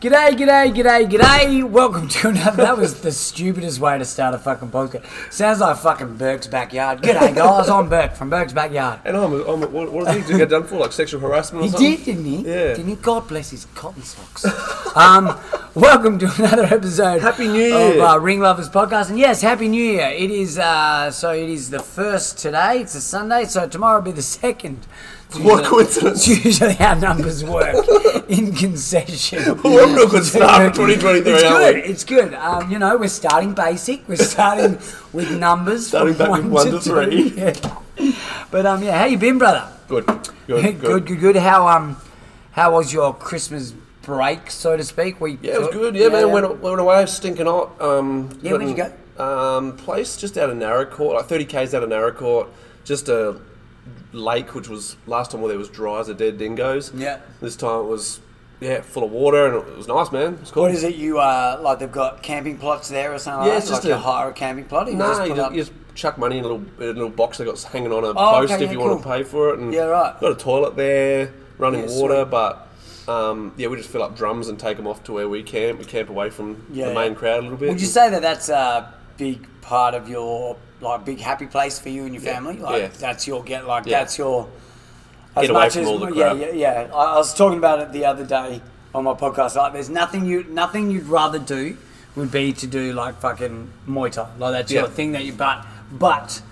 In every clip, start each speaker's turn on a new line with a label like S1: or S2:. S1: G'day, g'day, g'day, g'day. Welcome to another. That was the stupidest way to start a fucking podcast. Sounds like fucking Burke's backyard. G'day, guys. I'm Burke from Burke's backyard.
S2: And I'm, I'm what, what did he get done for? Like sexual harassment or
S1: He
S2: something?
S1: did, didn't he?
S2: Yeah.
S1: Didn't he? God bless his cotton socks. um, welcome to another episode.
S2: Happy New
S1: of,
S2: Year.
S1: uh, Ring Lovers Podcast, and yes, Happy New Year. It is uh, so. It is the first today. It's a Sunday, so tomorrow will be the second.
S2: What a coincidence.
S1: It's usually how numbers work in concession.
S2: We're off to a good start for 2023,
S1: It's
S2: aren't
S1: good.
S2: we?
S1: It's good. Um, you know, we're starting basic. We're starting with numbers.
S2: Starting
S1: from
S2: back
S1: one
S2: with one to
S1: two.
S2: three.
S1: Yeah. But um, yeah, how you been, brother?
S2: Good, good, good.
S1: good, good, good. How um, how was your Christmas break, so to speak? We
S2: Yeah, it was good. Yeah, man, went, went away stinking hot. Um,
S1: Yeah, where'd you
S2: got in, Um, place just out of Narracourt, like 30 k's out of Narracourt, just a lake which was last time where there was dry as a dead dingoes.
S1: Yeah.
S2: This time it was yeah full of water and it was nice, man. It was cool.
S1: What is it? You uh, like they've got camping plots there or something?
S2: Yeah,
S1: like
S2: it's
S1: that?
S2: just
S1: like
S2: a-
S1: you hire a camping plot. and
S2: No,
S1: just
S2: you,
S1: put
S2: just,
S1: up-
S2: you just chuck money in a little, in a little box that got hanging on a
S1: Oh, okay,
S2: post if
S1: yeah,
S2: you
S1: cool.
S2: want to pay for it. And
S1: Yeah, right.
S2: Got a toilet there, running
S1: Yeah,
S2: water, but um, yeah, we just fill up drums and take them off to where we camp. We camp away from
S1: Yeah.
S2: the main crowd a little bit.
S1: Would you say that that's a big part of your like big happy place for you and your family? Like
S2: Yeah.
S1: that's your get like
S2: Yeah.
S1: that's your as
S2: Get away from all the crap.
S1: Yeah, yeah, yeah. I, I was talking about it the other day on my podcast. Like, there's nothing you nothing you'd rather do would be to do like fucking Muay Thai. Like that's your
S2: Yeah.
S1: thing that you but but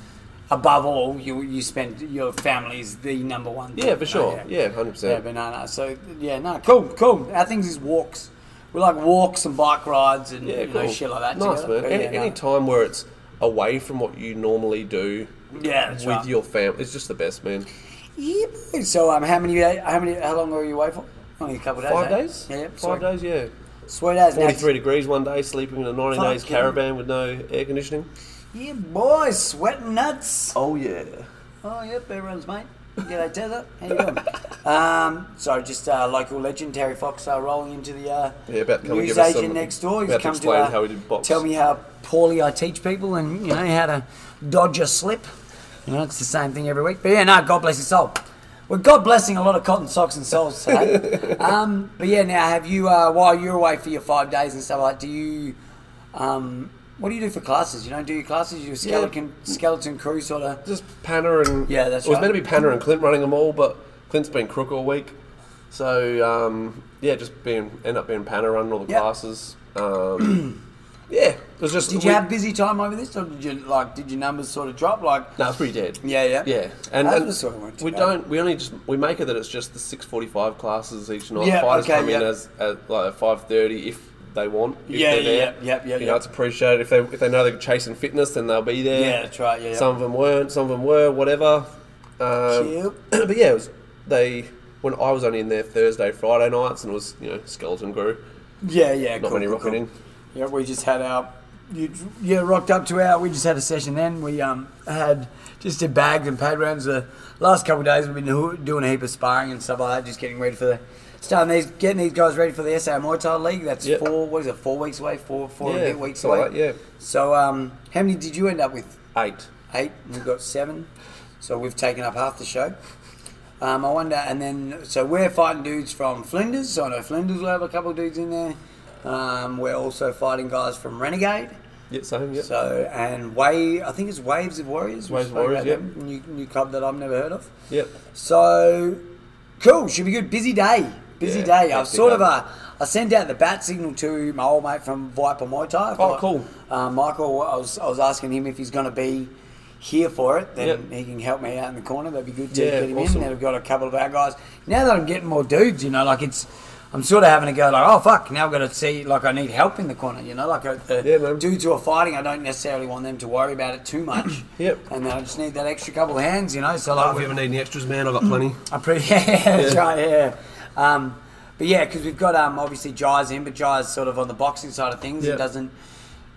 S1: above all, you you spend your family is the number one. Thing.
S2: Yeah, for sure.
S1: Like,
S2: Yeah, hundred
S1: Oh, yeah,
S2: percent.
S1: but no, no. So yeah, no, cool, cool. Our things is walks. We like walks and bike rides and
S2: Yeah,
S1: you
S2: cool.
S1: know shit like that.
S2: Nice
S1: together.
S2: man.
S1: But
S2: Any,
S1: yeah, no.
S2: any time where it's away from what you normally do
S1: Yeah, that's
S2: with
S1: right.
S2: your family, it's just the best, man.
S1: Yeah, boy. So um, how many? How many? How long were you away for? Only a couple of days.
S2: Five
S1: eh?
S2: days.
S1: Yeah,
S2: five
S1: sweet.
S2: days. Yeah.
S1: Sweet as now.
S2: Forty-three degrees one day, sleeping in a ninety days
S1: Fuck yeah.
S2: caravan with no air conditioning.
S1: Yeah, boy, sweating nuts.
S2: Oh yeah.
S1: Oh, yep, everyone's mate. G'day, Tether. How you doing? um, so just uh, local legend Terry Fox uh, rolling into the uh,
S2: Yeah, about to come and
S1: news
S2: give us
S1: agent
S2: some-
S1: next door. He's
S2: about to
S1: come to
S2: explain
S1: uh,
S2: how he did box.
S1: tell me how poorly I teach people and you know how to dodge a slip. You know, it's the same thing every week. But yeah, no, God bless his soul. We're God blessing a lot of cotton socks and souls today. um, but yeah, now have you uh, while you're away for your five days and stuff like, do you? Um, what do you do for classes? You don't do your classes. You do a skeleton skeleton crew sort of.
S2: Just Panner and
S1: Yeah, that's
S2: It was
S1: right.
S2: meant to be Panner and Clint running them all, but Clint's been crook all week, so um, yeah, just being end up being Panner running all the
S1: Yeah.
S2: classes. Um, yeah, it was just.
S1: Did you have busy time over this, or did you like? Did your numbers sort of drop? Like,
S2: No, it's pretty dead.
S1: Yeah, yeah.
S2: yeah. And,
S1: Ours
S2: and
S1: was sort of went to
S2: we
S1: that.
S2: don't. We only just we make it that it's just the six forty-five classes each night.
S1: Yeah,
S2: Fighters
S1: okay,
S2: come in
S1: yeah.
S2: as at like five thirty if they want. If
S1: Yeah,
S2: they're
S1: yeah,
S2: there.
S1: yeah, yeah, yeah,
S2: You
S1: yeah.
S2: know, it's appreciated if they if they know they're chasing fitness, then they'll be there.
S1: Yeah, that's right, yeah, yeah.
S2: Some of them weren't. Some of them were. Whatever. Um,
S1: Cute.
S2: but yeah, it was they. When I was only in there Thursday, Friday nights, and it was you know skeleton crew,
S1: yeah, yeah,
S2: not
S1: cool,
S2: many
S1: cool,
S2: rocking
S1: cool.
S2: in.
S1: Yeah, we just had our. You, yeah, rocked up to our. We just had a session then. We um had just did bags and pad rounds. The last couple of days we've been hoo- doing a heap of sparring and stuff like that, just getting ready for the starting these, getting these guys ready for the SA Muay Thai League. That's
S2: Yeah.
S1: four. What is it? Four weeks away. Four, four and a
S2: Yeah,
S1: bit weeks
S2: something
S1: away.
S2: like that, yeah.
S1: So um, how many did you end up with?
S2: Eight.
S1: eight. We've got seven, so we've taken up half the show. Um, I wonder, and then so we're fighting dudes from Flinders. So I know Flinders will have a couple of dudes in there. Um, we're also fighting guys from Renegade.
S2: Yeah, same. Yeah.
S1: So and Way, I think it's Waves of Warriors. we
S2: Waves of
S1: spoke about
S2: Warriors, yeah.
S1: them, New, new club that I've never heard of.
S2: Yep.
S1: So cool, should be good. Busy day, busy
S2: Yeah,
S1: day. I've
S2: hectic
S1: sort of
S2: day.
S1: uh, I sent out the bat signal to my old mate from Viper Muay Thai.
S2: Oh, cool.
S1: Uh, Michael, I was I was asking him if he's going to be here for it. Then
S2: Yep.
S1: he can help me out in the corner. That'd be good to
S2: Yeah,
S1: get him
S2: awesome.
S1: in. Then I've got a couple of our guys. Now that I'm getting more dudes, you know, like it's. I'm sort of having to go like, oh fuck! Now I've got to see like I need help in the corner, you know, like uh, the
S2: Yeah, man.
S1: dudes who are fighting. I don't necessarily want them to worry about it too much.
S2: Yep.
S1: And then I just need that extra couple of hands, you know. So like,
S2: If you ever need any extras, man, I've got plenty.
S1: I pretty yeah, that's
S2: Yeah.
S1: right, yeah. Um, But yeah, because we've got um, obviously Jai's in, but Jai's sort of on the boxing side of things.
S2: Yeah.
S1: He doesn't,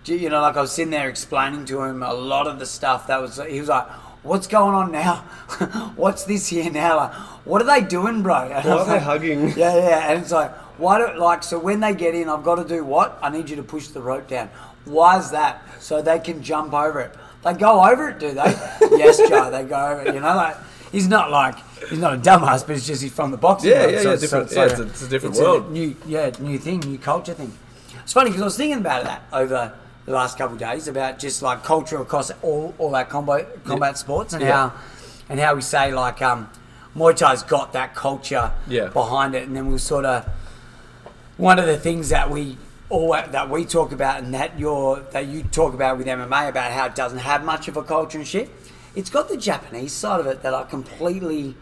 S1: you know, like I was sitting there explaining to him a lot of the stuff that was. He was like, "What's going on now? What's this here now? Like, what are they doing, bro?" And I
S2: Why
S1: was
S2: are they
S1: like,
S2: hugging?
S1: Yeah, yeah. And it's like, why don't like so when they get in, I've got to do what? I need you to push the rope down. Why is that? So they can jump over it. They go over it, do they? yes, Jai. They go over it. You know, like he's not like he's not a dumbass, but it's just he's from the boxing.
S2: Yeah,
S1: world,
S2: yeah,
S1: so
S2: yeah,
S1: it's- so
S2: different- yeah,
S1: like
S2: it's a- it's a different
S1: A
S2: world.
S1: new, yeah, new thing, new culture thing. It's funny because I was thinking about that over the last couple of days about just like culture across all all our combo combat sports and
S2: Yeah.
S1: how and how we say like um, Muay Thai's got that culture
S2: Yeah.
S1: behind it, and then we sort of one of the things that we all that we talk about and that you're that you talk about with MMA about how it doesn't have much of a culture and shit. It's got the Japanese side of it that I completely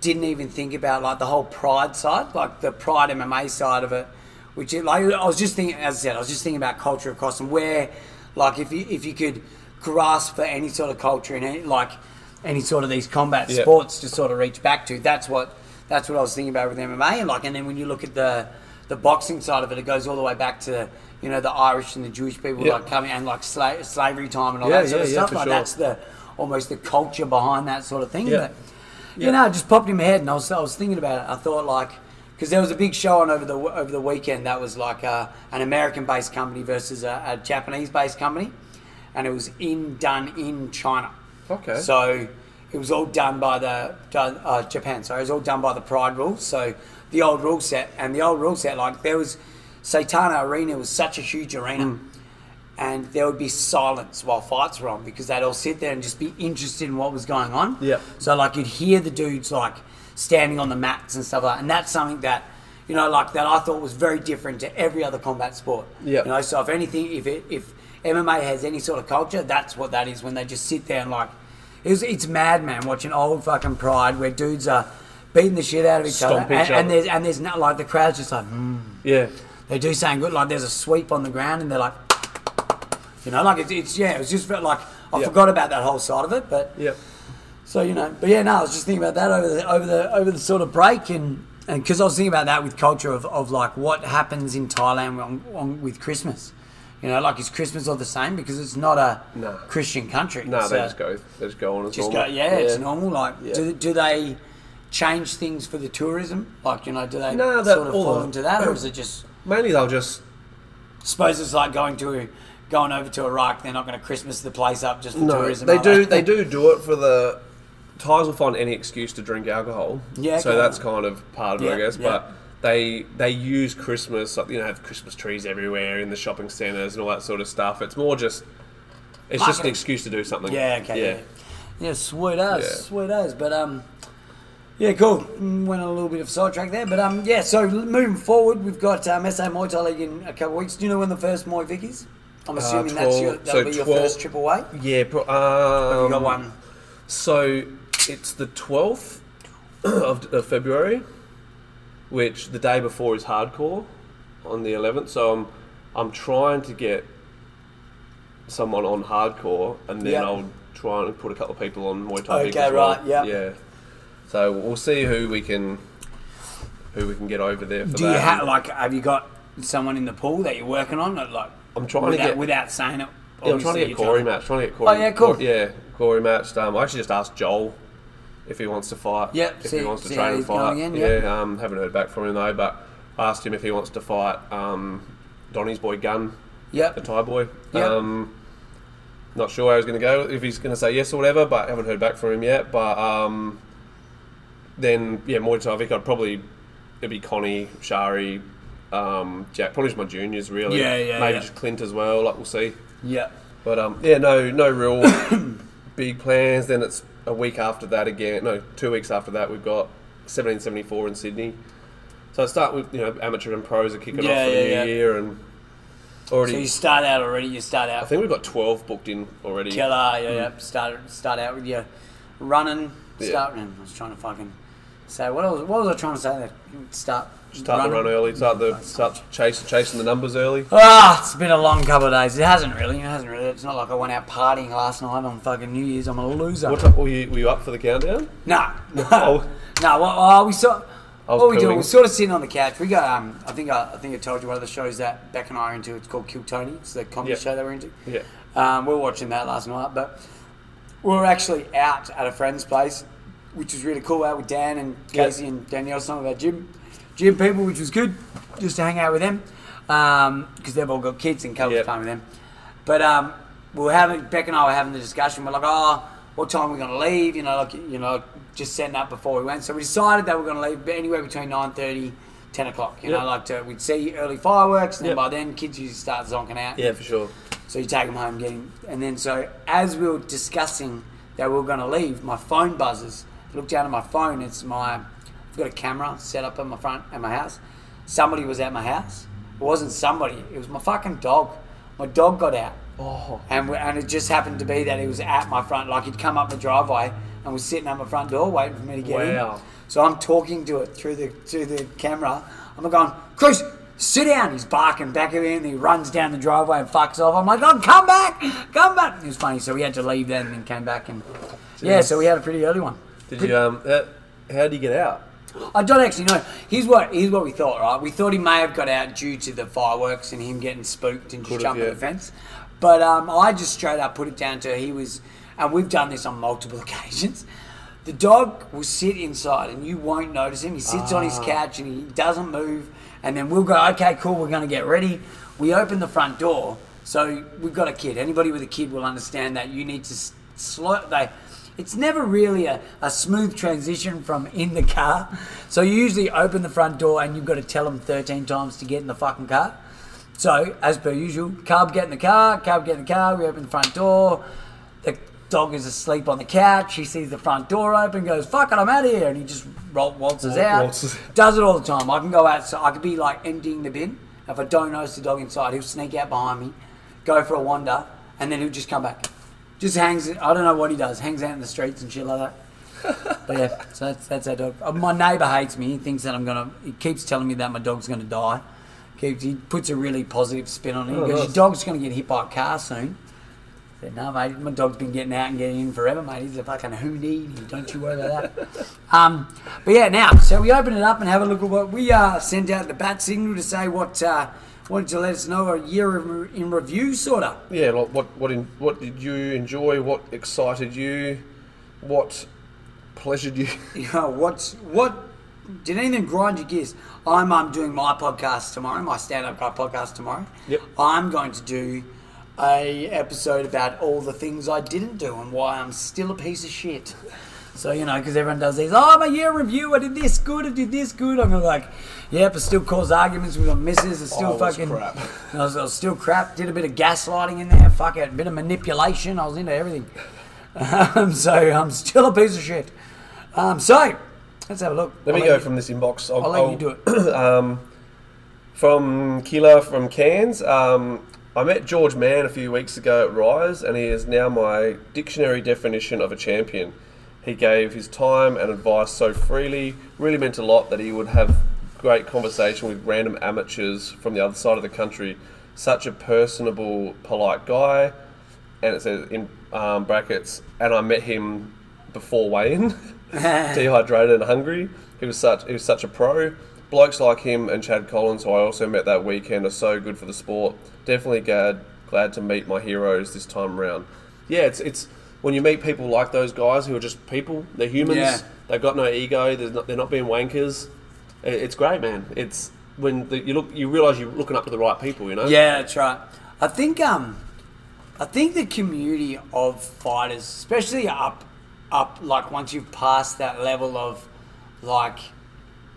S1: didn't even think about, like the whole pride side, like the pride MMA side of it. Which it, like I was just thinking, as I said, I was just thinking about culture across and where, like if you if you could grasp for any sort of culture in any, like any sort of these combat
S2: Yeah.
S1: sports sports to sort of reach back to. That's what that's what I was thinking about with MMA and like and then when you look at the the boxing side of it, it goes all the way back to you know the Irish and the Jewish people
S2: Yeah.
S1: like coming and like sla- slavery time and all
S2: Yeah,
S1: that sort of
S2: yeah, yeah,
S1: stuff.
S2: for
S1: like
S2: sure.
S1: that's the almost the culture behind that sort of thing.
S2: Yeah.
S1: But, you
S2: Yeah.
S1: know, it just popped in my head and I was I was thinking about it. I thought like because there was a big show on over the over the weekend that was like uh, an American-based company versus a, a Japanese-based company, and it was in done in China.
S2: Okay.
S1: So so it was all done by the done, uh, Japan. Sorry, it was all done by the Pride rules. So the old rule set and the old rule set, like there was Saitana Arena was such a huge arena, and there would be silence while fights were on because they'd all sit there and just be interested in what was going on.
S2: Yep.
S1: So like you'd hear the dudes like standing on the mats and stuff like that, and that's something that. You know, like that I thought was very different to every other combat sport.
S2: Yep.
S1: You know, so if anything, if it, if MMA has any sort of culture, that's what that is when they just sit there and like, it was, it's mad, man. Watching old fucking Pride where dudes are beating the shit out of each
S2: Stomp
S1: other, and,
S2: each
S1: and
S2: other.
S1: there's and there's not like the crowd's just like mm.
S2: Yeah.
S1: they do something good. Like there's a sweep on the ground and they're like, you know, like it's, it's yeah, it was just felt like I
S2: Yep.
S1: forgot about that whole side of it, but
S2: Yeah.
S1: so you know, but yeah, no, I was just thinking about that over the over the over the sort of break, and and because I was thinking about that with culture of, of like what happens in Thailand on, on, with Christmas, you know, like is Christmas all the same because it's not a
S2: No.
S1: Christian country.
S2: No,
S1: so
S2: they just go. They just go on as
S1: Just go,
S2: normal.
S1: yeah, it's normal. Like,
S2: Yeah.
S1: do do they change things for the tourism? Like, you know, do they
S2: No, that-
S1: sort of
S2: all
S1: fall
S2: the-
S1: into that, or is it just?
S2: Mainly they'll just
S1: Suppose it's like going to going over to Iraq. They're not going to Christmas the place up just for
S2: no.
S1: tourism.
S2: They
S1: are
S2: do. They do do it for the. Thais will find any excuse to drink alcohol.
S1: Yeah,
S2: So
S1: okay.
S2: that's kind of part of it, I
S1: Yeah,
S2: guess.
S1: yeah.
S2: But they they use Christmas, like you know, have Christmas trees everywhere in the shopping centres and all that sort of stuff. It's more just. It's just an
S1: Marketing.
S2: excuse to do something.
S1: Yeah, okay. Yeah, yeah. sweet as,
S2: Yeah.
S1: sweet as. But um, yeah, cool. Mm, Went on a little bit of sidetrack there, but um, yeah. So moving forward, we've got um, SA Muay Thai League in a couple of weeks. Do you know when the first Muay Vic is? I'm assuming that's your
S2: 12
S1: that'll
S2: Uh, so
S1: be your
S2: 12
S1: first triple weight.
S2: Yeah. Yeah. Pro- um,
S1: you got one.
S2: So it's the 12th of, of February, which the day before is hardcore on the 11th. So I'm, I'm trying to get someone on hardcore and then
S1: Yeah.
S2: I'll try and put a couple of people on Muay Thai. League
S1: Okay,
S2: as well.
S1: right, yeah.
S2: Yeah. So we'll see who we can who we can get over there for
S1: Do
S2: that.
S1: you have like have you got someone in the pool that you're working on? Or, like
S2: I'm trying to
S1: without,
S2: get-
S1: without saying it.
S2: Yeah, I'm trying
S1: obviously,
S2: to get
S1: you're
S2: Corey
S1: trying
S2: matched. Trying to get Corey.
S1: yeah, cool.
S2: Cor- yeah, Corey matched. Um, I actually just asked Joel if he wants to fight.
S1: Yep,
S2: If
S1: see-
S2: he wants to
S1: see
S2: train
S1: how
S2: and
S1: he's going
S2: fight.
S1: in,
S2: yeah.
S1: yeah.
S2: Um, haven't heard back from him though, but I asked him if he wants to fight um, Donny's boy Gun, the
S1: Yep.
S2: Thai boy.
S1: Yep.
S2: Um, not sure how he's going to go. If he's going to say yes or whatever, but haven't heard back from him yet. But um, then yeah, Muay Thai. I think I'd probably it'd be Connie Shari. Um, Jack, probably just my juniors really.
S1: Yeah, yeah,
S2: Maybe
S1: yeah.
S2: just Clint as well. Like we'll see.
S1: Yep.
S2: But um, yeah, no, no real big plans. Then it's a week after that again. No, two weeks after that we've got 1774 in Sydney. So I start with you know amateur and pros are kicking
S1: Yeah,
S2: off for
S1: yeah,
S2: the new
S1: yeah.
S2: year and
S1: So
S2: already.
S1: you start out already. You start out.
S2: I think we've got 12 booked in already.
S1: Killer, yeah, yeah. Start start out with your running.
S2: Yeah.
S1: Start running. I was trying to fucking say what was what was I trying to say there? Start.
S2: Start the run early. Start the start chase, chasing the numbers early.
S1: Ah, it's been a long couple of days. It hasn't really. It hasn't really. It's not like I went out partying last night on fucking New Year's. I'm a loser.
S2: What time, were, you, were you up for the countdown?
S1: No.
S2: Oh.
S1: No. Well, uh, we saw.
S2: I was
S1: What we do,
S2: pooing.
S1: we're sort of sitting on the couch. We got, um, I think I, I think I told you one of the shows that Beck and I are into. It's called Kill Tony. It's the comedy
S2: Yeah.
S1: show that we're into.
S2: Yeah.
S1: Um, we were watching that last night, but we were actually out at a friend's place, which was really cool. Out with Dan and
S2: Yeah.
S1: Casey and Danielle, some of our gym, gym people, which was good, just to hang out with them, because they've all got kids and cuddle
S2: Yeah.
S1: time with them. But um, we were having Beck and I were having the discussion. We're like, oh, what time are we going to leave? You know, like you know, just setting up before we went. So we decided that we are going to leave anywhere between 9.30, 10 o'clock. You
S2: Yeah.
S1: know, like to, we'd see early fireworks, and then
S2: Yeah.
S1: by then kids usually start zonking out.
S2: Yeah, for sure.
S1: So you take them home, get him, and then so as we were discussing that we were going to leave, my phone buzzes. I look down at my phone. It's my I've got a camera set up in my front at my house. Somebody was at my house. It wasn't somebody. It was my fucking dog. My dog got out,
S2: Oh.
S1: and we, and it just happened to be that he was at my front. Like he'd come up the driveway and was sitting at my front door waiting for me to get in.
S2: Wow.
S1: So I'm talking to it through the through the camera. I'm going, Chris, sit down. He's barking back at me, and he runs down the driveway and fucks off. I'm like, oh, come back, come back. It was funny. So we had to leave then, and then came back, and yeah. So we had a pretty early one.
S2: Did you um? That, how do you get out?
S1: I don't actually know. Here's what here's what we thought, right? We thought he may have got out due to the fireworks and him getting spooked and just
S2: Could've,
S1: jumping
S2: yeah.
S1: the fence. But um, I just straight up put it down to he was, and we've done this on multiple occasions. The dog will sit inside and you won't notice him. He sits on his couch and he doesn't move. And then we'll go, okay, cool, we're going to get ready. We open the front door. So we've got a kid. Anybody with a kid will understand that you need to s- slow. They, it's never really a, a smooth transition from in the car. So you usually open the front door and you've got to tell them 13 times to get in the fucking car. So, as per usual, Carb get in the car, Carb get in the car, we open the front door. The dog is asleep on the couch. He sees the front door open, goes, fuck it, I'm out of here. And he just roll, waltzes
S2: Wal-
S1: out.
S2: waltzes.
S1: Does it all the time. I can go out, so I could be like emptying the bin. If I don't notice the dog inside, he'll sneak out behind me, go for a wander, and then he'll just come back. Just hangs, I don't know what he does, hangs out in the streets and shit like that. But yeah, so that's, that's our dog. Uh, My neighbour hates me. He thinks that I'm gonna. He keeps telling me that my dog's gonna die. Keeps, he puts a really positive spin on it. He
S2: Oh,
S1: goes,
S2: nice.
S1: "Your dog's gonna get hit by a car soon." I said, "No, mate. My dog's been getting out and getting in forever, mate. He's a fucking hoonie. Don't you worry about that." um, but yeah, now so we open it up and have a look at what we uh, sent out the bat signal to say what uh, wanted to let us know a year in, re- in review, sort of.
S2: Yeah, like what what in, what did you enjoy? What excited you? What pleasured you?
S1: you know, what's what did anything grind your gears? I'm um, doing my podcast tomorrow, my stand-up guy podcast tomorrow.
S2: Yep.
S1: I'm going to do a episode about all the things I didn't do and why I'm still a piece of shit. So you know, because everyone does these. Oh, my year in review. I did this good. I did this good. I'm like, yep. I still cause arguments with my missus. I still
S2: I was
S1: fucking.
S2: Oh, crap.
S1: I was, I was still crap. Did a bit of gaslighting in there. Fuck it. A bit of manipulation. I was into everything. Um, so I'm still a piece of shit. Um, so let's have a look.
S2: Let me
S1: I'll
S2: go
S1: you-
S2: from this inbox.
S1: I'll let you do it.
S2: um, from Killer from Cairns. Um, I met George Mann a few weeks ago at Rise, and he is now my dictionary definition of a champion. He gave his time and advice so freely, really meant a lot that he would have great conversation with random amateurs from the other side of the country. Such a personable, polite guy. And it says in um, brackets, and I met him before weigh-in. dehydrated and hungry. He was such he was such a pro. Blokes like him and Chad Collins, who I also met that weekend, are so good for the sport. Definitely glad glad to meet my heroes this time around. Yeah, it's it's when you meet people like those guys who are just people. They're humans.
S1: Yeah.
S2: They've got no ego. There's not, they're not being wankers. I- It's great, man. It's when the, you look, you realize you're looking up to the right people. You know.
S1: Yeah, that's right. I think um, I think the community of fighters, especially up, up like once you've passed that level of, like,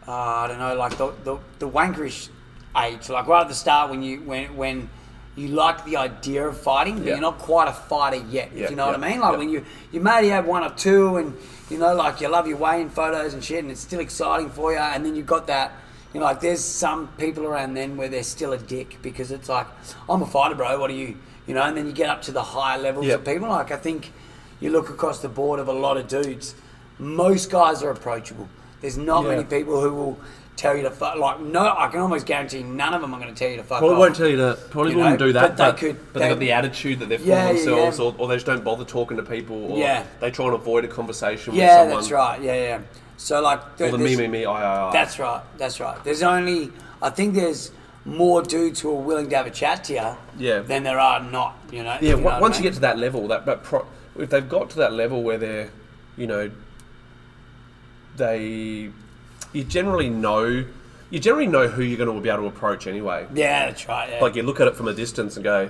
S1: uh, I don't know, like the, the the wankerish age, like right at the start when you when when you like the idea of fighting, but
S2: Yeah.
S1: you're not quite a fighter yet.
S2: Yeah,
S1: if you know what
S2: yeah,
S1: I mean? Like
S2: yeah.
S1: when you you maybe have one or two, and you know, like you love your weigh-in photos and shit, and it's still exciting for you. And then you've got that, you know, like there's some people around then where they're still a dick because it's like, I'm a fighter, bro. What are you? You know, and then you get up to the higher levels
S2: Yeah.
S1: of people. Like I think you look across the board of a lot of dudes, most guys are approachable. There's not
S2: Yeah.
S1: many people who will tell you to fuck. Like no, I can almost guarantee none of them are going to tell you to fuck.
S2: Probably
S1: off.
S2: won't tell you that. Probably
S1: You know,
S2: wouldn't do that.
S1: but they
S2: But,
S1: could-
S2: but they've got
S1: they-
S2: the attitude that they're for
S1: Yeah, yeah,
S2: themselves,
S1: yeah.
S2: Or, or they just don't bother talking to people, or
S1: Yeah.
S2: they try and avoid a conversation
S1: Yeah,
S2: with someone.
S1: that's right. Yeah, yeah. So like,
S2: Or
S1: there-
S2: the me,
S1: there's-
S2: me, me, I, I, I.
S1: That's right. That's right. There's only I think there's more dudes who are willing to have a chat to you
S2: Yeah.
S1: than there are not. You know.
S2: Yeah,
S1: if you know
S2: on-
S1: what I
S2: once you
S1: mean.
S2: get to that level, that, that pro, if they've got to that level where they're, you know, they, you generally know, you generally know who you're going to be able to approach anyway.
S1: yeah, that's right. Yeah.
S2: Like you look at it from a distance and go,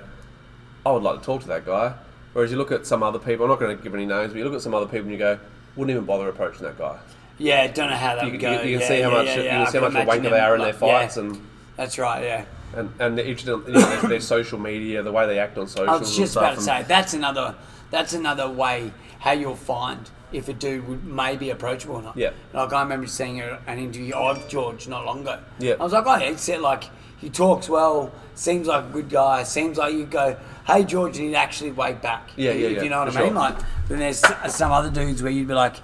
S2: I would like to talk to that guy. Whereas you look at some other people, I'm not going to give any names, but you look at some other people and you go, wouldn't even bother approaching that guy.
S1: yeah, don't know how that
S2: You,
S1: would
S2: you-
S1: go.
S2: you can
S1: Yeah,
S2: see how
S1: yeah,
S2: much
S1: yeah, yeah.
S2: you
S1: I
S2: can see how much of a
S1: imagine
S2: wanker they are in
S1: them,
S2: their
S1: like, yeah.
S2: fights and.
S1: That's right. Yeah.
S2: And, and the, each- you know, their social media, the way they act on social.
S1: I was just about to say that's another that's another way how you'll find if a dude would may be approachable or not.
S2: Yeah.
S1: Like I remember seeing a- an interview of George not long ago.
S2: Yeah.
S1: I was like, oh, yeah, he said like he talks well, seems like a good guy, seems like you go, hey George, and he'd actually wait back.
S2: Yeah, yeah,
S1: If
S2: yeah,
S1: you know what
S2: for
S1: I mean?
S2: sure.
S1: Like then there's s- some other dudes where you'd be like.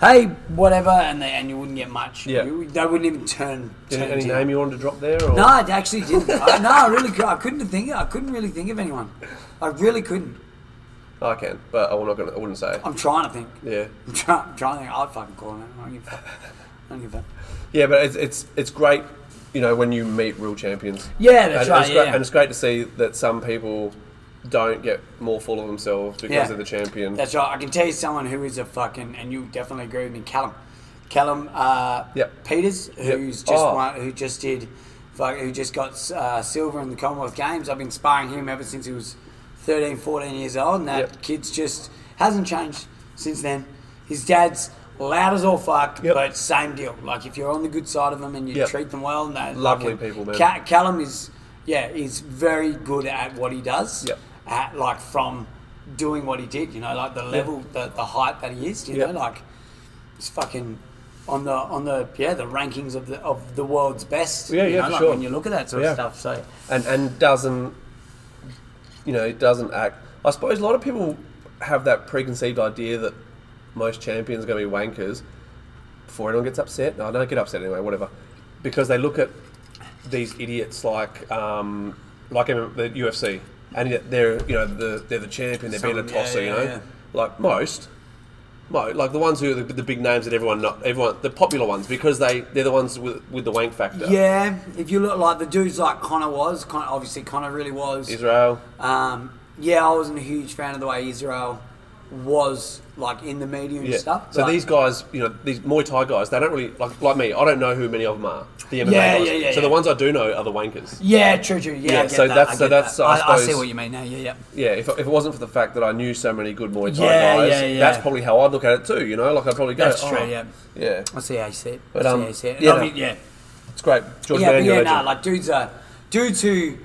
S1: Hey, whatever, and they, and you wouldn't get much.
S2: Yeah.
S1: You- they wouldn't even turn. turn
S2: Any
S1: to you.
S2: name you wanted to drop there? Or?
S1: No, I actually didn't. I, no, I really, cou- I couldn't think. I couldn't really think of anyone. I really couldn't.
S2: I can, but I'm not gonna. I wouldn't say.
S1: I'm trying to think.
S2: Yeah,
S1: I'm, try, I'm trying to think. I'd fucking call him. I don't give a fuck. I don't give a fuck.
S2: yeah, but it's it's it's great, you know, when you meet real champions.
S1: Yeah, that's
S2: and,
S1: right,
S2: And it's, great,
S1: yeah.
S2: and it's great to see that some people don't get more full of themselves because
S1: Yeah.
S2: they're the champion.
S1: That's right. I can tell you someone who is a fucking, and you definitely agree with me, Callum. Callum uh,
S2: Yep.
S1: Peters, who's just
S2: Oh.
S1: one, who just did, fuck, who just got uh, silver in the Commonwealth Games. I've been sparring him ever since he was 13, 14 years old, and that
S2: Yep.
S1: kid's just hasn't changed since then. His dad's loud as all fuck,
S2: Yep.
S1: but same deal. Like if you're on the good side of them and you
S2: Yep.
S1: treat them well, and they
S2: Lovely
S1: like,
S2: people, man.
S1: Ca- Callum is, yeah, he's very good at what he does.
S2: Yep.
S1: At, like from doing what he did, you know, like the level, the, the height that he is, you
S2: Yep.
S1: know, like he's fucking on the on the yeah the rankings of the of the world's best.
S2: Yeah,
S1: you
S2: yeah,
S1: know,
S2: for
S1: like
S2: sure.
S1: When you look at that sort
S2: Yeah.
S1: of stuff, so
S2: and and doesn't, you know, doesn't act. I suppose a lot of people have that preconceived idea that most champions are going to be wankers before anyone gets upset. No, I don't get upset anyway. Whatever, because they look at these idiots like um, like in the UFC, and yet they're you know the, they're the champion. They're being a
S1: Some- yeah,
S2: tosser,
S1: yeah,
S2: you know,
S1: yeah.
S2: like most. Mo, like the ones who are the, the big names that everyone, not everyone, the popular ones, because they they're the ones with, with the wank factor.
S1: yeah, if you look like the dudes like Connor was, Connor obviously Connor really was.
S2: Israel.
S1: Um, yeah, I wasn't a huge fan of the way Israel was like in the media and
S2: Yeah.
S1: stuff.
S2: So
S1: but-
S2: these guys, you know, these Muay Thai guys, they don't really like like me. I don't know who many of them are. The MMA
S1: Yeah,
S2: guys.
S1: yeah, yeah,
S2: so the
S1: yeah.
S2: ones I do know are the wankers.
S1: Yeah, true, true. Yeah,
S2: Yeah,
S1: I get
S2: so
S1: that,
S2: that's-
S1: I
S2: so
S1: get
S2: that's,
S1: that.
S2: I
S1: I, I see
S2: suppose-
S1: what you mean now. Yeah, yeah.
S2: Yeah. If, if it wasn't for the fact that I knew so many good Muay Thai
S1: Yeah,
S2: guys,
S1: yeah, yeah.
S2: that's probably how I'd look at it too. You know, like I'd probably go.
S1: That's
S2: oh,
S1: true, yeah.
S2: Yeah.
S1: I see how you see it.
S2: But,
S1: I see
S2: um,
S1: how you see it.
S2: yeah,
S1: I
S2: no.
S1: mean, yeah.
S2: It's great. George
S1: yeah,
S2: Mann,
S1: but yeah,
S2: you're a
S1: nah,
S2: legend.
S1: like dudes are dudes who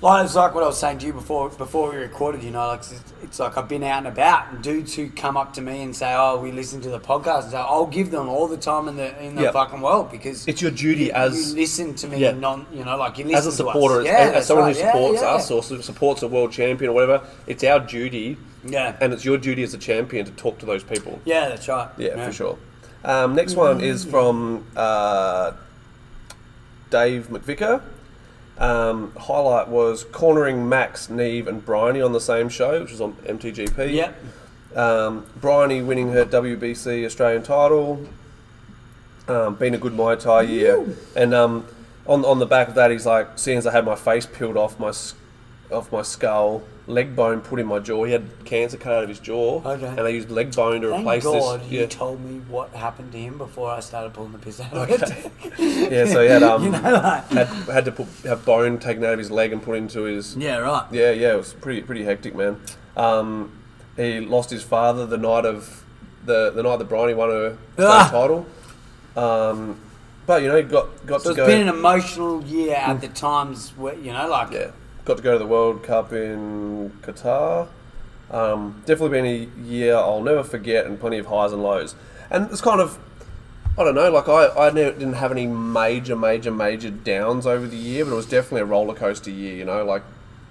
S1: like it's like what I was saying to you before before we recorded. You know, like it's, it's like I've been out and about, and dudes who come up to me and say, "Oh, we listen to the podcast," and so I'll give them all the time in the in the
S2: Yeah.
S1: fucking world because
S2: It's your duty
S1: you,
S2: as-
S1: you listen to me,
S2: Yeah.
S1: non, you know, like you
S2: as
S1: listen
S2: a
S1: to us.
S2: supporter, as-
S1: yeah,
S2: as,
S1: that's
S2: someone
S1: right.
S2: who
S1: Yeah,
S2: supports
S1: yeah.
S2: us or su- supports a world champion or whatever, it's our duty.
S1: Yeah.
S2: And it's your duty as a champion to talk to those people.
S1: yeah, that's right.
S2: Yeah, for sure. Um, next one is
S1: Mm-hmm.
S2: from uh, Dave McVicker. Um, highlight was cornering Max, Neve, and Bryony on the same show, which was on MTGP.
S1: Yep.
S2: Um, Bryony winning her WBC Australian title. Um, been a good Muay Thai year, and um, on on the back of that, he's like, seeing as I had my face peeled off my s- off my skull, leg bone put in my jaw. He had cancer cut out of his jaw,
S1: Okay.
S2: and they used leg bone to
S1: Thank
S2: replace
S1: God
S2: this.
S1: you
S2: yeah.
S1: told me what happened to him before I started pulling the piss out of it.
S2: Yeah, so he had um
S1: you know, like,
S2: had, had to put have bone taken out of his leg and put into his
S1: yeah, right.
S2: yeah yeah it was pretty pretty hectic man. Um, he lost his father the night of the the night that Bryony won her
S1: Ah.
S2: state title. Um, but you know he got got
S1: So
S2: to
S1: it's
S2: go
S1: been an emotional year at the times where you know, like
S2: yeah got to go to the World Cup in Qatar. Um, definitely been a year I'll never forget and plenty of highs and lows. And it's kind of I don't know, like I, I never, didn't have any major, major, major downs over the year, but it was definitely a roller coaster year, you know, like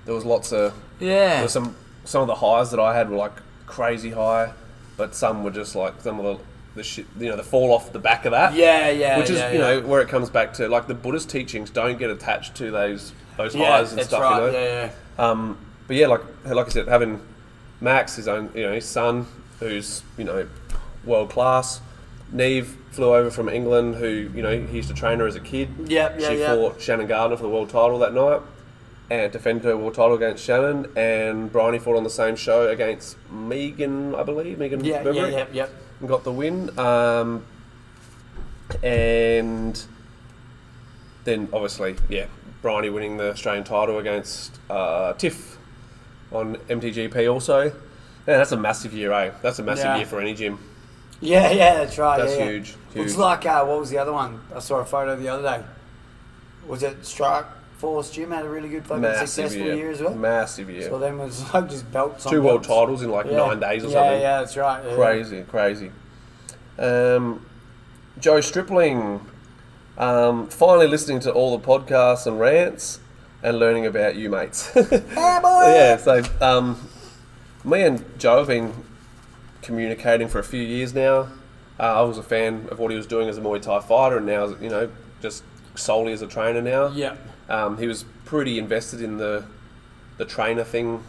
S2: there was lots of there
S1: yeah,
S2: were some some of the highs that I had were like crazy high, but some were just like some of the the shit, you know, the fall off the back of that.
S1: yeah, yeah,
S2: Which is,
S1: yeah,
S2: you
S1: yeah.
S2: know, where it comes back to like the Buddhist teachings don't get attached to those those
S1: yeah,
S2: highs and
S1: that's
S2: stuff,
S1: right.
S2: you know.
S1: Yeah, yeah.
S2: Um, but yeah, like like I said, having Max, his own, you know, his son, who's you know, world class, Neve flew over from England, who you know he used to train her as a kid.
S3: Yep, yeah,
S2: She
S3: yeah.
S2: fought Shannon Gardner for the world title that night, and defended her world title against Shannon. And Bryony fought on the same show against Megan, I believe Megan
S3: Yeah, yeah,
S2: Beverick,
S3: yeah, yeah.
S2: and got the win. Um, and then obviously, yeah, Bryony winning the Australian title against uh, Tiff on MTGP also. Yeah, that's a massive year, eh? That's a massive
S1: Yeah.
S2: year for any gym.
S1: Yeah, yeah, that's right.
S2: That's
S1: yeah, yeah.
S2: huge,
S1: Looks
S2: huge.
S1: like uh, what was the other one? I saw a photo the other day. Was it Strike Force Gym had a really good fucking
S2: Massive
S1: successful
S2: year.
S1: year. as well?
S2: Massive year.
S1: So then was like just belts on
S2: Two world
S1: belts.
S2: titles in like
S1: Yeah.
S2: nine days or
S1: yeah,
S2: something.
S1: Yeah, that's right. yeah.
S2: Crazy, crazy. Um, Joe Stripling, um, finally listening to all the podcasts and rants and learning about you mates.
S1: Yeah, boy.
S2: yeah, so um, me and Joe have been communicating for a few years now. Uh, I was a fan of what he was doing as a Muay Thai fighter, and now, you know, just solely as a trainer now.
S3: Yeah.
S2: Um, he was pretty invested in the the trainer thing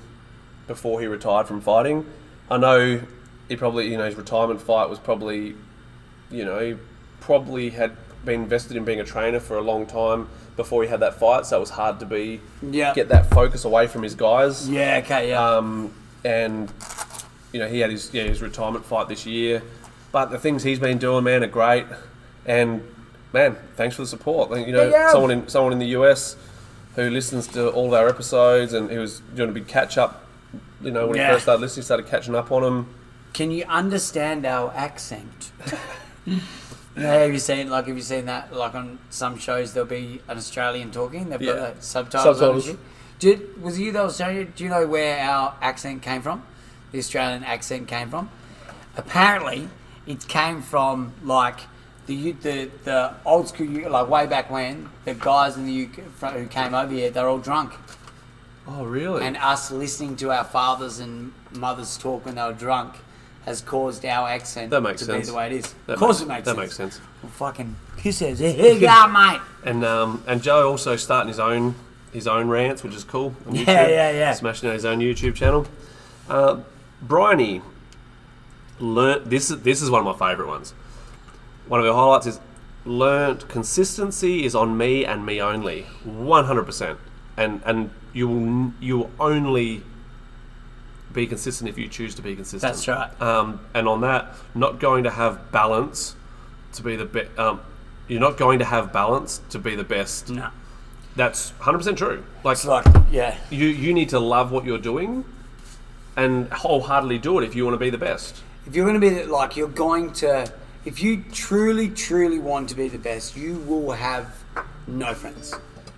S2: before he retired from fighting. I know he probably, you know, his retirement fight was probably, you know, he probably had been invested in being a trainer for a long time before he had that fight, so it was hard to be
S3: Yeah.
S2: get that focus away from his guys.
S3: Yeah, okay, yeah.
S2: Um, and you know he had his yeah, his retirement fight this year, but the things he's been doing, man, are great. And man, thanks for the support. Like, you know,
S1: Yeah, yeah.
S2: someone in someone in the US who listens to all of our episodes and who was doing a big catch up. You know, when
S3: Yeah.
S2: he first started listening, started catching up on him.
S1: Can you understand our accent? You know, have you seen like have you seen that like on some shows there'll be an Australian talking they've got
S2: Yeah.
S1: like, subtitles,
S2: Subtitles.
S1: subtitles. Did was you that was showing you? Do you know where our accent came from? The Australian accent came from. Apparently, it came from like the U- the the old school U- like way back when the guys in the UK fro- who came over here they're all drunk
S2: Oh, really?
S1: and us listening to our fathers and mothers talk when they were drunk has caused our accent
S2: That makes
S1: to
S2: sense.
S1: be the way it is.
S2: That
S1: of course, it makes
S2: makes- that
S1: sense.
S2: makes sense.
S1: Well, fucking kisses. Here you are, mate.
S2: And um, and Joe also starting his own his own rants, which is cool. On YouTube,
S1: yeah, yeah.
S2: Smashing out his own YouTube channel. Uh, Bryony learnt this. is- This is one of my favourite ones. One of her highlights is learnt consistency is on me and me only, one hundred percent. And and you will n- you will only be consistent if you choose to be consistent.
S1: That's right.
S2: Um, and on that, not going to have balance to be the best. Um, you're not going to have balance to be the best.
S1: No,
S2: That's 100% true. Like,
S1: it's like yeah,
S2: you, you need to love what you're doing and wholeheartedly do it if you want to be the best.
S1: if you're going to be like you're going to, if you truly, truly want to be the best, you will have no friends.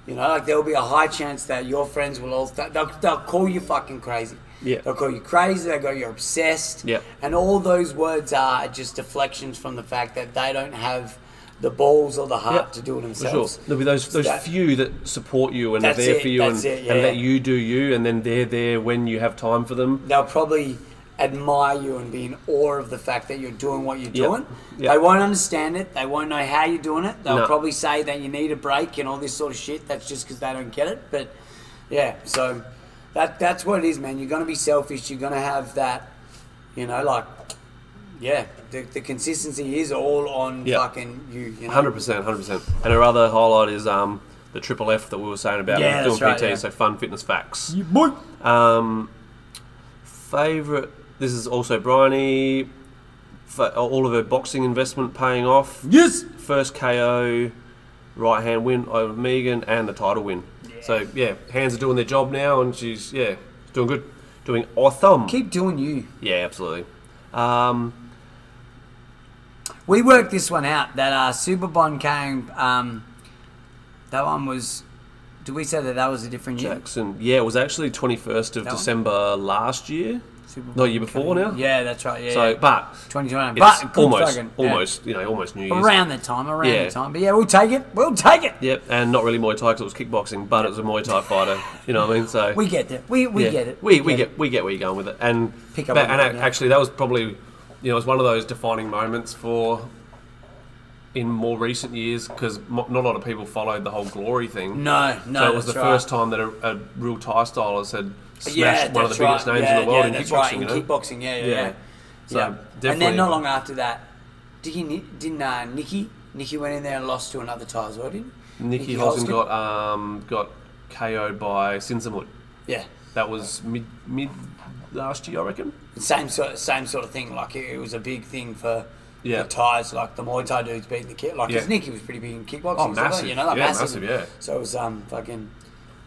S1: You know, like there will be a high chance that your friends will all start. They'll, they'll call you fucking crazy.
S2: Yeah.
S1: They'll call you crazy. They go, you're obsessed.
S2: Yeah.
S1: And all those words are just deflections from the fact that they don't have the balls or the heart to do it
S2: For
S1: themselves.
S2: There'll be those, those
S1: That-
S2: few that support you and are
S1: That's
S2: there
S1: it,
S2: for you and,
S1: that's it, yeah,
S2: and let
S1: yeah.
S2: you do you and then they're there when you have time for them.
S1: They'll probably admire you and be in awe of the fact that you're doing what you're
S2: Yeah.
S1: doing.
S2: Yeah.
S1: They won't understand it. They won't know how you're doing it. They'll
S2: No.
S1: probably say that you need a break and all this sort of shit. That's just because they don't get it. But yeah, so that that's what it is, man. You're gonna be selfish. You're gonna have that, you know, like. Yeah, the, the consistency is all on
S2: Yeah.
S1: fucking you. you know?
S2: Hundred percent, hundred percent. And her other highlight is um, the triple F that we were saying about
S1: Yeah,
S2: doing
S1: that's right,
S2: PT.
S1: yeah.
S2: So fun fitness facts.
S1: boy.
S2: Um, favorite. This is also Bryony. Fa- all of her boxing investment paying off.
S1: Yes.
S2: First KO, right hand win over Megan, and the title win. So yeah, hands are doing their job now, and she's yeah doing good, doing awesome.
S1: Keep doing you.
S2: yeah, absolutely. Um,
S1: We worked this one out that uh, Super Bond came. Um, that one was. Did we say that that was a different year?
S2: Jackson. Yeah, it was actually twenty first of
S1: That one?
S2: December last year.
S1: Super
S2: Not year before now.
S1: Yeah, that's right. Yeah.
S2: So,
S1: yeah.
S2: but
S1: 2021.
S2: it's
S1: But good
S2: almost,
S1: fucking- yeah.
S2: almost, you know, almost New Year's.
S1: around the time, around
S2: Yeah.
S1: the time. But yeah, we'll take it. We'll take it.
S2: Yep, and not really Muay Thai because it was kickboxing, but it was a Muay Thai fighter. You know what I mean? So
S1: We get it. We we
S2: yeah.
S1: get it.
S2: We, we get we get where you're going with it, and
S1: Pick up
S2: but-
S1: on
S2: and
S1: that,
S2: ac-
S1: yeah.
S2: actually, that was probably you know it was one of those defining moments for in more recent years because not a lot of people followed the whole glory thing.
S1: No, no.
S2: so it was the
S1: that's
S2: first
S1: right.
S2: time that a, a real Thai stylist had smashed
S1: Yeah,
S2: one of the
S1: that's
S2: biggest
S1: right.
S2: names
S1: yeah,
S2: in the world
S1: yeah,
S2: in
S1: that's
S2: kickboxing.
S1: Right.
S2: you
S1: In
S2: know?
S1: kickboxing, yeah, yeah,
S2: Yeah.
S1: yeah.
S2: So
S1: yeah.
S2: definitely,
S1: And then not long after that, Did you, ni- didn't uh, Nikki? Nikki went in there and lost to another Thai as well, didn't he?
S2: Nikki Hoskin got um, got KO'd by Sinsamut.
S1: Yeah.
S2: That was mid mid last year, I reckon.
S1: Same sort, same sort of thing. Like it, it was a big thing for
S2: Yeah.
S1: the ties. Like the Muay Thai dudes beating the kick. Like
S2: Yeah.
S1: his Nikki was pretty big in kickboxing.
S2: Oh,
S1: as well,
S2: massive.
S1: You know, like
S2: Yeah,
S1: massive.
S2: massive, yeah.
S1: So it was um fucking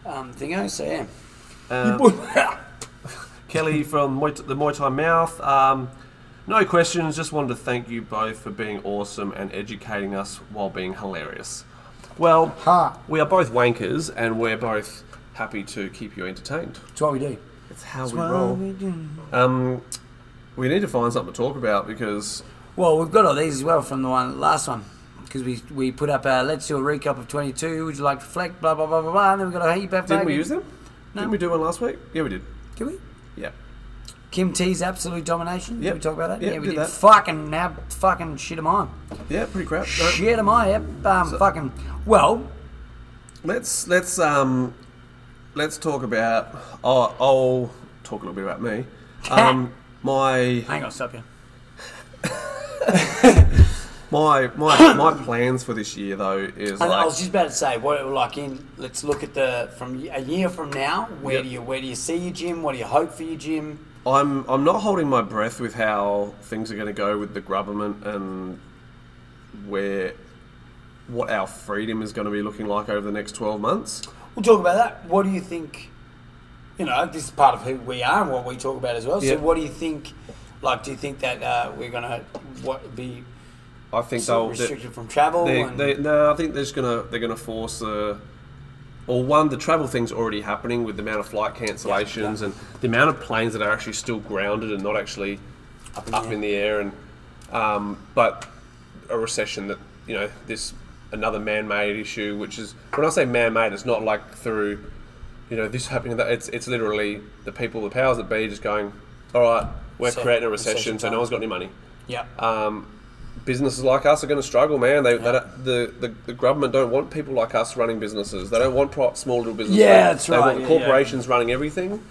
S1: um thingo. So yeah.
S2: Uh, Kelly from Muay Th- the Muay Thai Mouth. Um, no questions. Just wanted to thank you both for being awesome and educating us while being hilarious. Well,
S1: Ha.
S2: we are both wankers, and we're both happy to keep you entertained.
S1: That's what we do.
S2: It's how we roll. Um, we need to find something to talk about because
S1: Well, we've got all these as well from the one last one because we we put up a let's do a recap of 22. Would you like to reflect? Blah blah blah blah blah. And then we got a heap of
S2: didn't we
S1: fucking-
S2: use them? Didn't we do one last week? Yeah, we did.
S1: Did we?
S2: Yeah.
S1: Kim T's absolute domination.
S2: Yep.
S1: Did we talk about that?
S2: Yep,
S1: yeah, we
S2: did
S1: did.
S2: that.
S1: Fucking now, fucking shit am I.
S2: Yeah, pretty crap. No,
S1: Shit am I. Yep. Um, fucking. Well,
S2: Let's let's um let's talk about. Oh, I'll talk a little bit about me. Um, my
S1: hang on, stop you.
S2: my my my plans for this year though is
S1: I, I
S2: like
S1: was just about to say, what like in let's look at the from y- a year from now. Where
S2: Yep.
S1: do you where do you see your gym? What do you hope for your gym?
S2: I'm I'm not holding my breath with how things are going to go with the government and where what our freedom is going to be looking like over the next 12 months.
S1: We'll talk about that. What do you think? You know, this is part of who we are and what we talk about as well.
S2: Yep.
S1: So, what do you think? Like, do you think that uh, we're gonna what be
S2: I think
S1: sort
S2: they'll
S1: of restricted from travel?
S2: They,
S1: and,
S2: they, no, I think they're just gonna they're gonna force the. Or one, the travel thing's already happening with the amount of flight cancellations and the amount of planes that are actually still grounded and not actually up in,
S1: in the air.
S2: the air. And um, but a recession that you know this another man-made issue, which is when I say man-made, it's not like through you know this happening that it's it's literally the people, the powers that be, just going, all right, we're
S1: So,
S2: creating a
S1: recession
S2: recession, so
S1: time.
S2: no one's got any money
S1: yeah.
S2: businesses like us are going to struggle, man. They, they don't- the, the the government don't want people like us running businesses. They don't want pro- small little businesses.
S1: Yeah,
S2: They-
S1: that's
S2: they
S1: right.
S2: want
S1: Yeah,
S2: corporations running everything,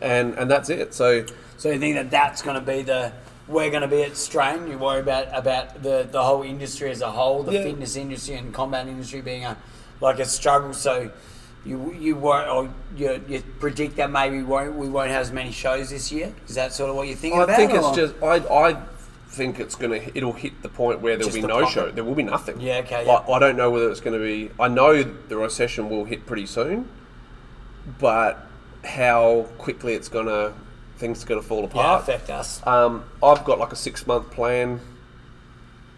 S2: and and that's it. So
S1: so you think that that's gonna be the we're gonna be at strain? You worry about about the the whole industry as a whole, the
S2: Yeah.
S1: fitness industry and combat industry being a like a struggle. So. You, you won't or you, you predict that maybe we won't we won't have as many shows this year. Is that sort of what you're thinking
S2: I
S1: about?
S2: think it's
S1: or-
S2: just I I think it's gonna it'll hit the point where there'll
S1: Just
S2: be
S1: the
S2: no
S1: pocket.
S2: show. There will be nothing.
S1: Yeah, okay,
S2: Like, I don't know whether it's going to be. I know the recession will hit pretty soon, but how quickly it's gonna things are gonna fall
S1: yeah,
S2: apart.
S1: affect us.
S2: Um, I've got like a six month plan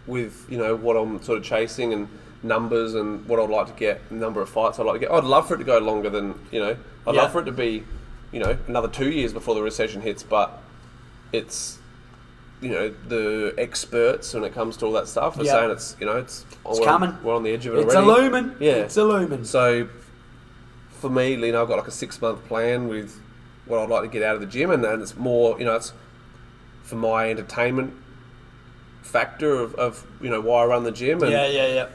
S2: with you know what I'm sort of chasing and numbers and what I'd like to get, number of fights I'd like to get. I'd love for it to go longer than you know. I'd
S1: Yeah.
S2: love for it to be you know another two years before the recession hits, but it's you know the experts when it comes to all that stuff are
S1: Yeah.
S2: saying it's you know it's, it's
S1: coming.
S2: We're on the edge of it
S1: It's
S2: already.
S1: illumin.
S2: Yeah,
S1: It's illumin.
S2: So for me, you know, I've got like a six month plan with what I'd like to get out of the gym, and, and it's more, you know, it's for my entertainment factor of, of you know why I run the gym and
S1: yeah, yeah, yeah.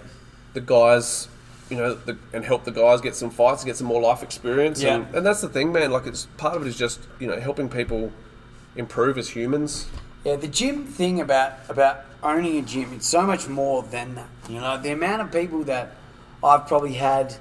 S2: the guys, you know, the, and help the guys get some fights, get some more life experience, and,
S1: Yeah.
S2: and that's the thing, man. Like it's part of it is just you know helping people improve as humans.
S1: Yeah, the gym thing about about owning a gym, it's so much more than that. You know, the amount of people that I've probably had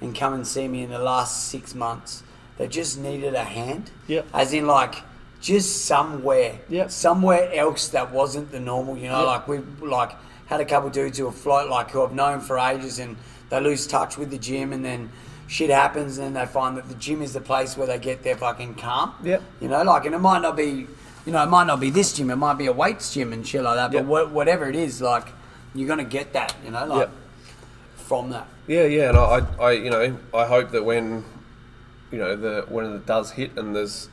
S1: and come and see me in the last six months that just needed a hand.
S2: Yeah.
S1: As in like just somewhere.
S2: Yeah.
S1: Somewhere else that wasn't the normal, you know, like we've like had a couple dudes who are float like who I've known for ages and they lose touch with the gym and then shit happens and they find that the gym is the place where they get their fucking calm.
S2: Yep.
S1: You know, like, and it might not be, you know, it might not be this gym. It might be a weights gym and shit like that.
S2: Yep.
S1: But wha- whatever it is, like, you're gonna get that, you know, like,
S2: Yep.
S1: from that.
S2: Yeah, yeah, and I, I, I, you know, I hope that when, you know, the when it does hit and there's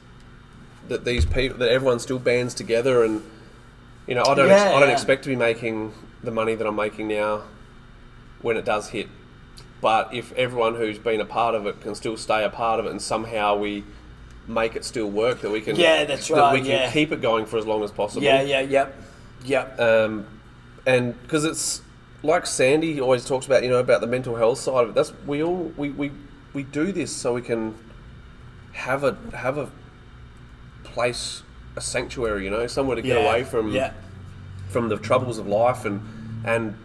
S2: that these people that everyone still bands together and, you know, I don't, ex-
S1: Yeah,
S2: I don't
S1: yeah.
S2: expect to be making the money that I'm making now, when it does hit, but if everyone who's been a part of it can still stay a part of it and somehow we make it still work, that we can,
S1: Yeah, that's
S2: that we
S1: right,
S2: can
S1: yeah.
S2: keep it going for as long as possible.
S1: Yeah, yeah, yep, yep.
S2: Um, and because it's like Sandy always talks about, you know, about the mental health side of it. That's we all we, we, we do this so we can have a have a place, a sanctuary, you know, somewhere to get
S1: Yeah,
S2: away from
S1: yeah.
S2: from the troubles of life and and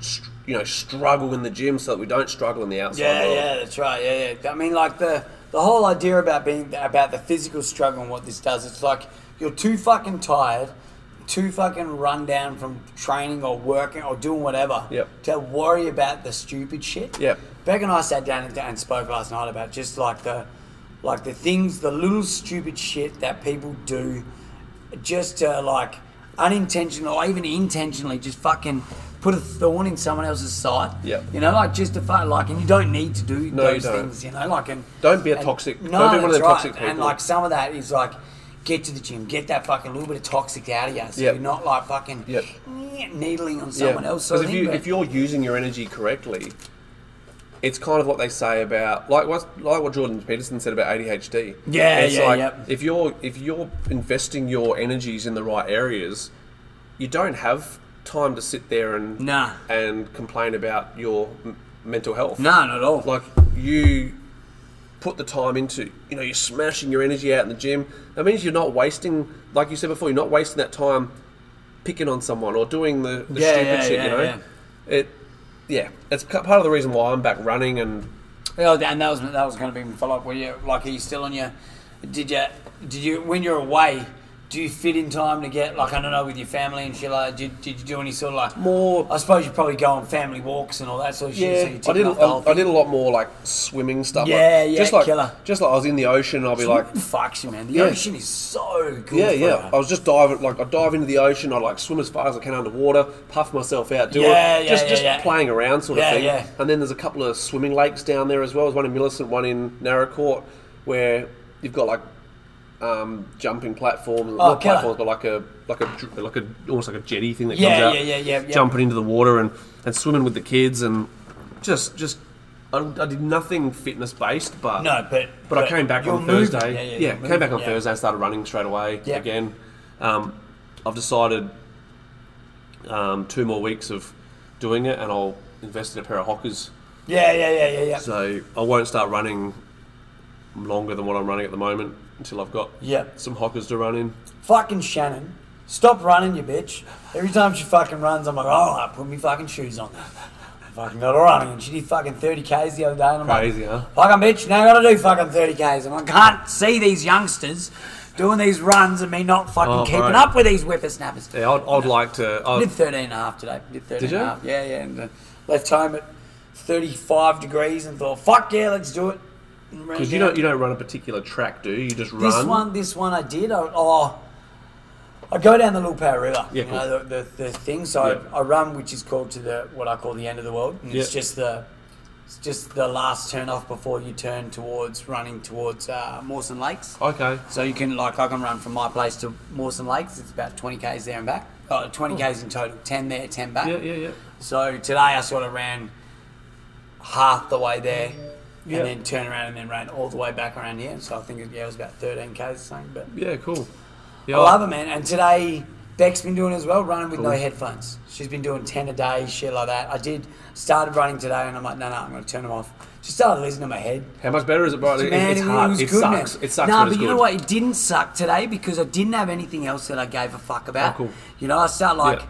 S2: str- you know struggle in the gym so that we don't struggle in the outside
S1: Yeah,
S2: world.
S1: yeah, that's right. Yeah, yeah. I mean, like the the whole idea about being about the physical struggle and what this does. It's like you're too fucking tired, too fucking run down from training or working or doing whatever.
S2: Yep.
S1: To worry about the stupid shit.
S2: Yep.
S1: Beck and I sat down and, and spoke last night about just like the like the things, the little stupid shit that people do, just to like unintentional or even intentionally, just fucking put a thorn in someone else's side.
S2: Yep.
S1: You know, like just to fuck, like, and you don't need to do
S2: No, you
S1: those
S2: don't.
S1: things, you know, like, and
S2: Don't be a
S1: and-
S2: toxic-
S1: No,
S2: don't be one of
S1: that's
S2: the toxic
S1: right. And
S2: people.
S1: like some of that is like, get to the gym, get that fucking little bit of toxic out of you, so
S2: Yep.
S1: you're not like fucking
S2: Yep.
S1: needling on someone else. sort
S2: Because
S1: of
S2: if
S1: thing,
S2: you
S1: but-
S2: if you're using your energy correctly, it's kind of what they say about like what like what Jordan Peterson said about ADHD.
S1: Yeah,
S2: it's
S1: yeah,
S2: like
S1: yep.
S2: if you're if you're investing your energies in the right areas, you don't have time to sit there and
S1: Nah.
S2: and complain about your m- mental health.
S1: no, not at all.
S2: Like you put the time into, you know, you're smashing your energy out in the gym. That means you're not wasting, like you said before, you're not wasting that time picking on someone or doing the, the
S1: Yeah,
S2: stupid
S1: yeah,
S2: shit.
S1: yeah,
S2: you know,
S1: yeah.
S2: it. Yeah, it's ca- part of the reason why I'm back running and
S1: Oh, and that was that was going to be my follow up. Were you like, are you still on your? Did you did you when you're away? Do you fit in time to get like I don't know with your family and shit like? Did, did you do any sort of like
S2: More-
S1: I suppose you probably go on family walks and all that sort of Oh, shit. So you're
S2: I did.
S1: ticking off the whole
S2: I, I
S1: thing.
S2: did a lot more like swimming stuff. like-
S1: Yeah, yeah,
S2: just like
S1: killer.
S2: just like I was in the ocean. and I'll be like,
S1: fucks you, man. The
S2: Yeah.
S1: ocean is so good.
S2: Yeah,
S1: for
S2: yeah. I
S1: you.
S2: was just diving, like I dive into the ocean. I like swim as far as I can underwater, puff myself out, do
S1: Yeah,
S2: it,
S1: yeah,
S2: just
S1: yeah,
S2: just
S1: yeah.
S2: playing around sort
S1: Yeah,
S2: of thing.
S1: yeah.
S2: And then there's a couple of swimming lakes down there as well. There's one in Millicent, one in Narra Court, where you've got like um, jumping platforms, not
S1: Oh, killer.
S2: platforms, but like a like a dr- like a almost like a jetty thing that
S1: Yeah,
S2: comes out,
S1: yeah, yeah, yeah, yeah.
S2: jumping into the water and and swimming with the kids and just just. I, I did nothing fitness based, but
S1: No, but-
S2: but I
S1: but
S2: came back
S1: your
S2: on
S1: movement-
S2: Thursday.
S1: yeah, yeah, your
S2: came back
S1: movement,
S2: on
S1: yeah.
S2: Thursday. Thursday, I started running straight away
S1: Yeah.
S2: again. Um, I've decided um, two more weeks of doing it, and I'll invest in a pair of hockers.
S1: yeah, yeah, yeah, yeah, yeah.
S2: So I won't start running longer than what I'm running at the moment until I've got
S1: Yeah.
S2: some hockers to run in.
S1: Fucking Shannon, stop running, you bitch. Every time she fucking runs, I'm like, all right, put me fucking shoes on. I'm fucking not running, and she did fucking 30k's the other day, and I'm like,
S2: Crazy, huh?
S1: Fucking bitch, now I gotta do fucking 30Ks. And I can't see these youngsters doing these runs and me not fucking
S2: Oh,
S1: keeping
S2: right.
S1: up with these whippersnappers.
S2: Yeah, I'd, I'd like to.
S1: I
S2: I'd,
S1: did 13 and a half today. Did 13
S2: Did you?
S1: and a half. Yeah, yeah. And uh, left home at 35 degrees and thought, fuck yeah, let's do it. And ran
S2: because you
S1: down.
S2: don't you don't run a particular track, do you? You just run.
S1: This one, this one I did. I, oh, I go down the Lupau River.
S2: Yeah,
S1: you
S2: cool.
S1: know, the, the, the thing. So
S2: Yeah.
S1: I, I run, which is called to the what I call the end of the world. And It's
S2: Yeah.
S1: just the it's just the last turn off before you turn towards running towards uh, Mawson Lakes.
S2: Okay.
S1: So you can like I can run from my place to Mawson Lakes. It's about twenty k's there and back. Oh, 20 k's in total. Ten there, ten back.
S2: Yeah, yeah, yeah.
S1: So today I sort of ran half the way there,
S2: Yeah.
S1: and then turned around and then ran all the way back around here. So I think it, yeah, it was about 13 k's or something. But
S2: Yeah, cool. Yeah,
S1: Oh, I love it, man. And today Beck's been doing as well, running with no headphones. She's been doing 10 a day, shit like that. I did started running today, and I'm like, no, no, I'm going to turn them off. She started listening to my head.
S2: How much better is it, bro? It-
S1: Man,
S2: it's
S1: it
S2: hard.
S1: was
S2: It,
S1: good, man.
S2: sucks. It sucks.
S1: Nah,
S2: but
S1: but
S2: it's
S1: you know
S2: good.
S1: what? It didn't suck today because I didn't have anything else that I gave a fuck about.
S2: Oh, cool.
S1: You know, I start like
S2: Yeah.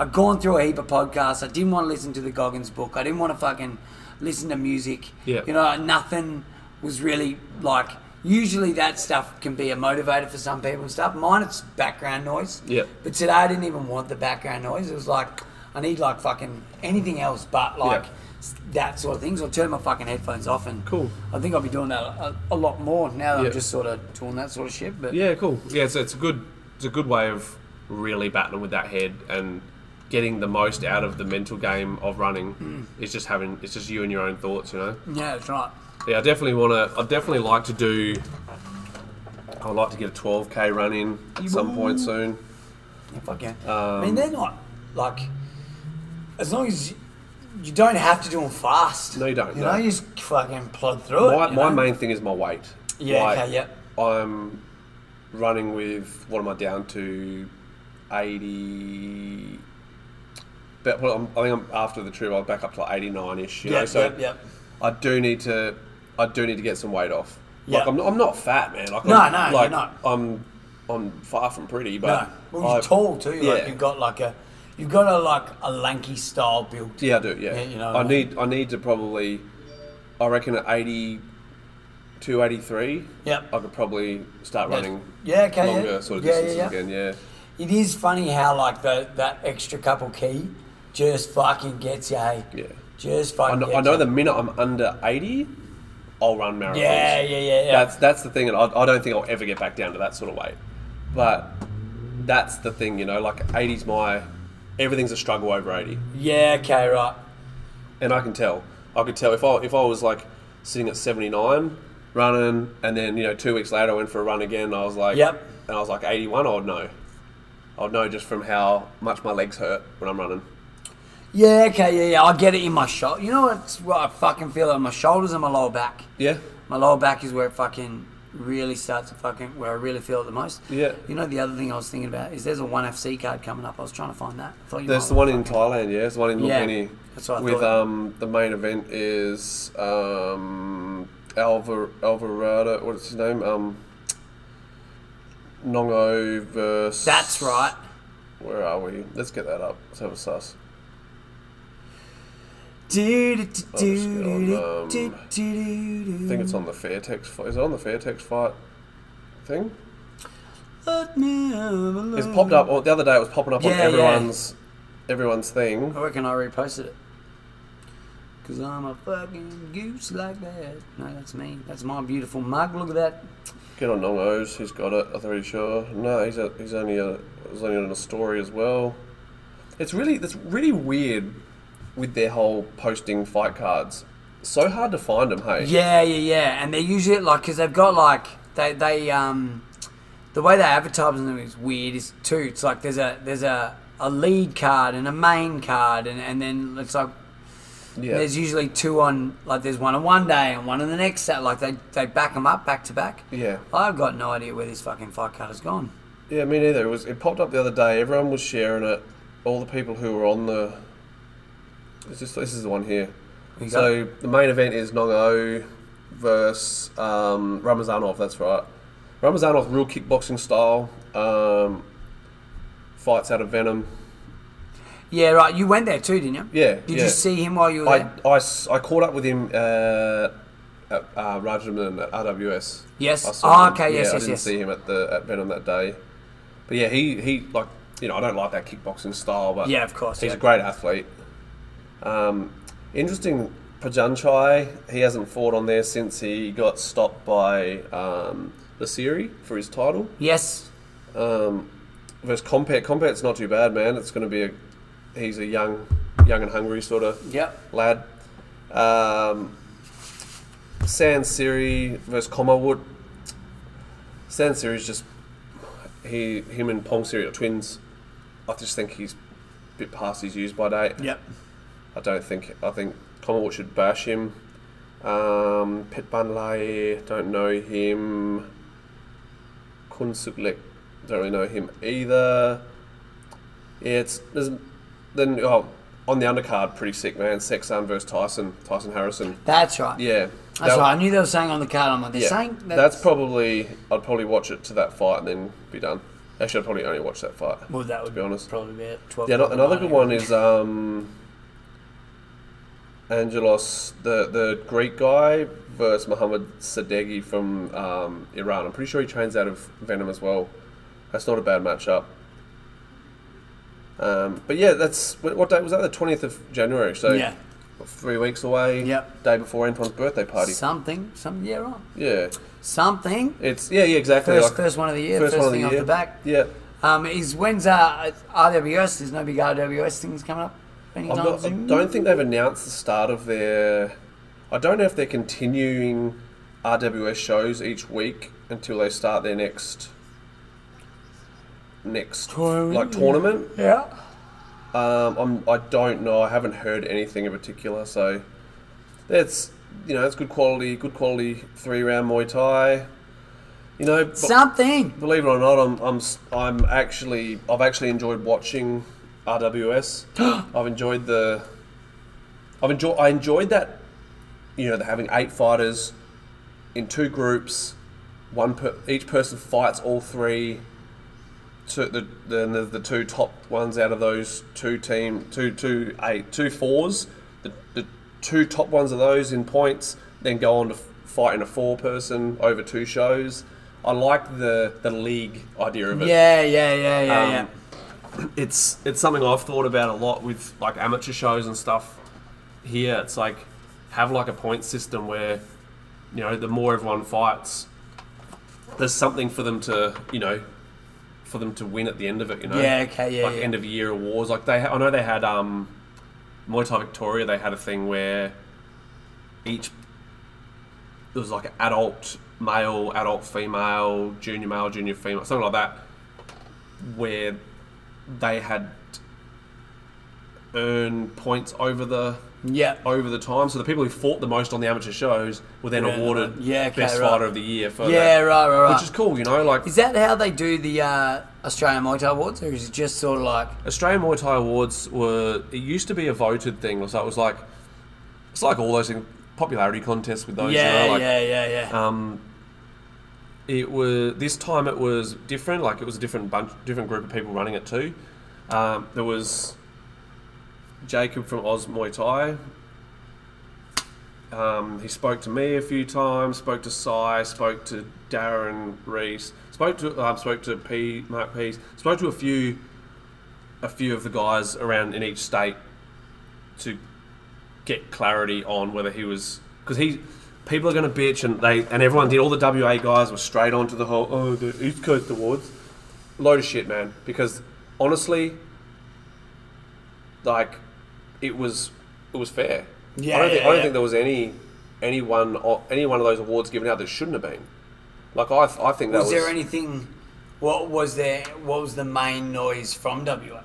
S1: I've gone through a heap of podcasts. I didn't want to listen to the Goggins book. I didn't want to fucking listen to music.
S2: Yeah.
S1: You know, nothing was really like. Usually that stuff can be a motivator for some people and stuff. Mine, it's background noise.
S2: Yeah.
S1: But today I didn't even want the background noise. It was like I need like fucking anything else but like
S2: Yeah.
S1: s- that sort of thing. So I turn my fucking headphones off and
S2: Cool.
S1: I think I'll be doing that a, a lot more now that
S2: Yeah.
S1: I'm just sort of doing that sort of shit. But
S2: Yeah, cool. Yeah, it's, it's a good it's a good way of really battling with that head and getting the most out of the mental game of running is just having it's just you and your own thoughts, you know.
S1: yeah, that's right.
S2: Yeah, I definitely want to. I definitely like to do. I'd like to get a 12k run in at some point soon.
S1: Yeah, fuck yeah. I
S2: Um,
S1: mean, they're not like as long as you, you don't have to do them fast.
S2: No, you don't,
S1: You
S2: no.
S1: know, you just fucking plod through
S2: My,
S1: it. you
S2: my
S1: know?
S2: main thing is my weight.
S1: Yeah.
S2: Like,
S1: okay. Yep.
S2: I'm running with what am I down to? Eighty. But well, I'm, I think I'm after the trip. I'm back up to like eighty nine ish. You know,
S1: Yep,
S2: so
S1: yep, yep.
S2: I do need to. I do need to get some weight off. Like
S1: Yeah.
S2: I'm, I'm not fat, man. Like,
S1: No,
S2: I'm,
S1: no, you're
S2: like,
S1: not.
S2: I'm I'm far from pretty,
S1: No.
S2: but
S1: Well, you're
S2: I've-
S1: tall too. Like
S2: yeah.
S1: you've got like a, you've got a like a lanky style built.
S2: Yeah, I do. Yeah,
S1: Yeah, you know what
S2: I
S1: I mean.
S2: need I need to probably, I reckon at 82, 83,
S1: Yep.
S2: I could probably start
S1: Yeah.
S2: running.
S1: Yeah, okay, yeah.
S2: longer sort of
S1: Yeah, yeah,
S2: distances
S1: yeah.
S2: again. Yeah,
S1: It is funny how like the, that extra couple key just fucking gets you. Hey?
S2: yeah.
S1: Just
S2: I
S1: fucking.
S2: know,
S1: gets
S2: I know
S1: ya.
S2: the minute I'm under 80, I'll run marathons.
S1: Yeah, yeah, yeah, yeah.
S2: That's that's the thing, and I, I don't think I'll ever get back down to that sort of weight. But that's the thing, you know, like 80's my everything's a struggle over 80.
S1: yeah. Okay. Right.
S2: and I can tell. I could tell if I if I was like sitting at seventy nine running, and then you know two weeks later I went for a run again. And I was like,
S1: Yep.
S2: and I was like eighty one. I'd know. I'd know just from how much my legs hurt when I'm running.
S1: Yeah. Okay. Yeah. Yeah. I get it in my shoulder. You know what's what I fucking feel on my shoulders and my lower back.
S2: Yeah,
S1: My lower back is where it fucking really starts to fucking where I really feel it the most.
S2: Yeah.
S1: You know the other thing I was thinking about is there's a one FC card coming up. I was trying to find that. I thought you
S2: there's
S1: might
S2: the one in Thailand. Yeah, there's one in
S1: Oh, Yeah,
S2: Lumbini.
S1: that's what I
S2: With
S1: thought.
S2: um the main event is um Alvar Alvarado. What's his name? Um. Nongo versus.
S1: That's right.
S2: Where are we? Let's get that up. Let's have a sus.
S1: Do, do,
S2: it's
S1: do,
S2: on,
S1: do,
S2: um,
S1: do, do, do,
S2: I think it's on the Fairtex. fi- Is it on the Fairtex fight thing?
S1: Let me have a look.
S2: It's popped up. Or the other day, it was popping up
S1: Mm. Yeah,
S2: on
S1: yeah.
S2: everyone's everyone's thing.
S1: I reckon I reposted it. Cause I'm a fucking goose like that. No, that's me. That's my beautiful mug. Look at that.
S2: Get on Nongos. He's got it. I'm pretty sure. No, he's a, he's only a, he's only on a story as well. It's really it's really weird with their whole posting fight cards. So hard to find them. Hey.
S1: Yeah, yeah, yeah. And they usually like because they've got like they they um the way they advertise them is weird. Is too. It's like there's a there's a a lead card and a main card and and then it's like
S2: Yeah.
S1: there's usually two on like there's one on one day and one on the next set. Like they they back them up back to back.
S2: Yeah.
S1: I've got no idea where this fucking fight card has gone.
S2: Yeah, me neither. It was it popped up the other day. Everyone was sharing it. All the people who were on the. Is this this is the one here?
S1: You
S2: So the main event is Nongo versus um, Ramazanov. That's right. Ramazanov, real kickboxing style. Um, fights out of Venom.
S1: Yeah, right. You went there too, didn't you?
S2: Yeah,
S1: Did
S2: yeah.
S1: you see him while you were
S2: I,
S1: there?
S2: I s- I caught up with him uh, at uh, Rajaman at RWS.
S1: Yes.
S2: I saw
S1: Oh,
S2: him.
S1: okay,
S2: Yeah,
S1: yes,
S2: I
S1: yes,
S2: didn't
S1: yes.
S2: see him at the at Venom that day. But yeah, he, he like you know I don't like that kickboxing style, but
S1: Yeah, of course,
S2: he's
S1: yeah.
S2: a great athlete. Um, interesting, Pajanchai. He hasn't fought on there since he got stopped by um, Lasiri for his title
S1: Yes.
S2: um, versus Compet. Compet's not too bad, man. It's going to be a he's a young, young and hungry sort of
S1: Yep.
S2: lad. Um, San Siri versus Comerwood. San Siri's just he him and Pong Siri are twins. I just think he's a bit past his use by date.
S1: Yep.
S2: I don't think I think Comerwood should bash him. Um, Pit Ban Lai, don't know him. Kun Suk Lek, don't really know him either. Yeah, it's there's, then oh on the undercard, pretty sick man. Sexan versus Tyson, Tyson Harrison.
S1: That's right.
S2: Yeah,
S1: That's
S2: that-
S1: right. I knew they were saying on the card. I'm like, they're
S2: Yeah,
S1: saying
S2: that's probably I'd probably watch it to that fight and then be done. Actually, I'd probably only watch that fight.
S1: Well, that would
S2: be honest.
S1: probably be it. Twelve.
S2: Yeah, no-
S1: o'clock at
S2: another
S1: night
S2: good
S1: anyway.
S2: one is um, Angelos, the the Greek guy, versus Mohammed Sadeghi from um, Iran. I'm pretty sure he trains out of Venom as well. That's not a bad matchup. Um, but yeah, that's wh- what date was that? The 20th of January. So
S1: Yeah.
S2: three weeks away.
S1: Yep.
S2: Day before Antoine's birthday party.
S1: Something. Some. Yeah, right.
S2: yeah.
S1: Something.
S2: It's yeah, yeah, exactly.
S1: First,
S2: like-
S1: first one of the year.
S2: first
S1: First,
S2: one of
S1: thing
S2: the
S1: off
S2: year.
S1: the back.
S2: Yeah.
S1: Um, is when's uh, RWS? There's no big RWS things coming up.
S2: I'm
S1: Anytime
S2: not, I
S1: soon?
S2: don't think they've announced the start of their. I don't know if they're continuing RWS shows each week until they start their next next
S1: Tournament.
S2: like tournament.
S1: Yeah.
S2: Um, I'm, I don't know. I haven't heard anything in particular. So that's you know that's good quality, good quality three round Muay Thai. You know, b-
S1: Something.
S2: believe it or not, I'm I'm s- I'm actually I've actually enjoyed watching RWS. I've enjoyed the I've enjoyed I enjoyed that you know they're having eight fighters in two groups, one per each person fights all three. two, the, the, the the two top ones out of those two team two two eight two fours, the, the two top ones of those in points, then go on to f- fight in a four person over two shows. I like the the league idea of it.
S1: Yeah, yeah, yeah, yeah, yeah.
S2: Um, It's it's something I've thought about a lot with like amateur shows and stuff. Here, it's like have like a point system where you know the more everyone fights, there's something for them to you know for them to win at the end of it. You know,
S1: Yeah, okay, yeah,
S2: like
S1: yeah.
S2: end of year awards. Like they, ha- I know they had um, Muay Thai Victoria. They had a thing where each there was like an adult male, adult female, junior male, junior female, something like that, where they had earned points over the
S1: Yeah.
S2: over the time. So the people who fought the most on the amateur shows were then
S1: Yeah,
S2: awarded
S1: yeah, okay,
S2: best
S1: right.
S2: fighter of the year for
S1: Yeah,
S2: that,
S1: right, right, right.
S2: which is cool. You know, like
S1: Is that how they do the uh, Australian Muay Thai Awards, or is it just sort of like
S2: Australian Muay Thai Awards were it used to be a voted thing, so it was like it's like all those things, popularity contests with those.
S1: yeah,
S2: you know, like,
S1: yeah, yeah, yeah,
S2: Um, it was this time it was different. Like it was a different bunch, different group of people running it too. Um, there was Jacob from Oz Muay Thai. Um, he spoke to me a few times. Spoke to Sai. Spoke to Darren Reese. Spoke to um, spoke to P Mark Pease. Spoke to a few a few of the guys around in each state to get clarity on whether he was because he people are going to bitch and they and everyone did all the WA guys were straight onto the whole oh the East Coast Awards load of shit man because honestly like it was it was fair
S1: Yeah,
S2: I don't, think,
S1: yeah,
S2: I don't
S1: yeah.
S2: think there was any any one o- any one of those awards given out that shouldn't have been like I, I think that
S1: Was
S2: was
S1: there anything? What was there? What was the main noise from WA?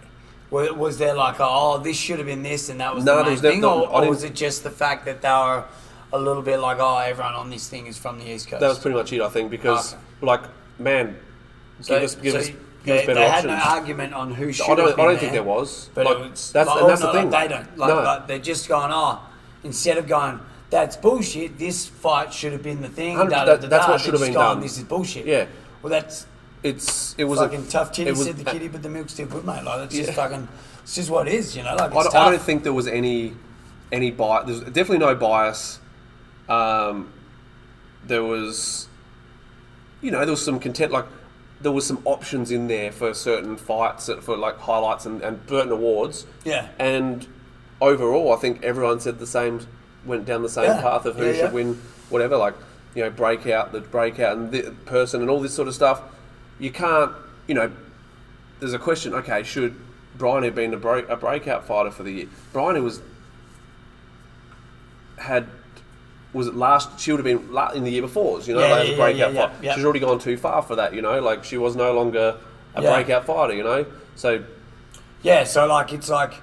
S1: Was, was there like, oh, this should have been this, and that was
S2: No,
S1: the
S2: there
S1: main
S2: was
S1: thing,
S2: definitely-
S1: or,
S2: I
S1: or
S2: didn't-
S1: was it just the fact that they were a little bit like, oh, everyone on this thing is from the East Coast?
S2: that was pretty much it I think because
S1: Okay.
S2: like man
S1: Ah. so,
S2: give us give
S1: so
S2: us give
S1: they,
S2: us better
S1: they
S2: options
S1: had no argument on who should
S2: I don't,
S1: have been
S2: I don't think
S1: there
S2: there was.
S1: But
S2: Like,
S1: it was,
S2: that's,
S1: like,
S2: and
S1: oh,
S2: that's
S1: no,
S2: the thing.
S1: Like, they don't. Like,
S2: no.
S1: like, they're just going, oh, instead of going, that's bullshit, this fight should have been the thing.
S2: Hundred-
S1: da, da,
S2: that-
S1: da,
S2: that's
S1: da,"
S2: what
S1: they're
S2: should have
S1: just
S2: been
S1: going,
S2: done.
S1: This is bullshit.
S2: Yeah.
S1: Well, that's
S2: it's it was
S1: fucking
S2: a,
S1: tough kitty
S2: it was-
S1: said the kitty, but the milk's still good, mate. Like, that's just
S2: Yeah.
S1: fucking, it's just what it is, you know? Like, it's
S2: I don't,
S1: tough.
S2: I don't think there was any any bias. There's definitely no bias. Um, there was, you know, there was some content. Like there was some options in there for certain fights, for like highlights and, and Burton awards.
S1: Yeah.
S2: And overall, I think everyone said the same. Went down the same
S1: Yeah.
S2: path of who
S1: Yeah,
S2: should
S1: yeah.
S2: win, whatever. Like you know, breakout the breakout and the person and all this sort of stuff. You can't, you know, there's a question. Okay, should Brian have been a, break, a breakout fighter for the year? Brian, who was had was it last? She would have been la- in the year before. You know,
S1: Yeah,
S2: like, as
S1: yeah,
S2: a
S1: yeah,
S2: breakout
S1: yeah, yeah,
S2: fighter.
S1: yeah.
S2: She's already gone too far for that. You know, like she was no longer a
S1: Yeah.
S2: breakout fighter. You know, so
S1: Yeah, so like it's like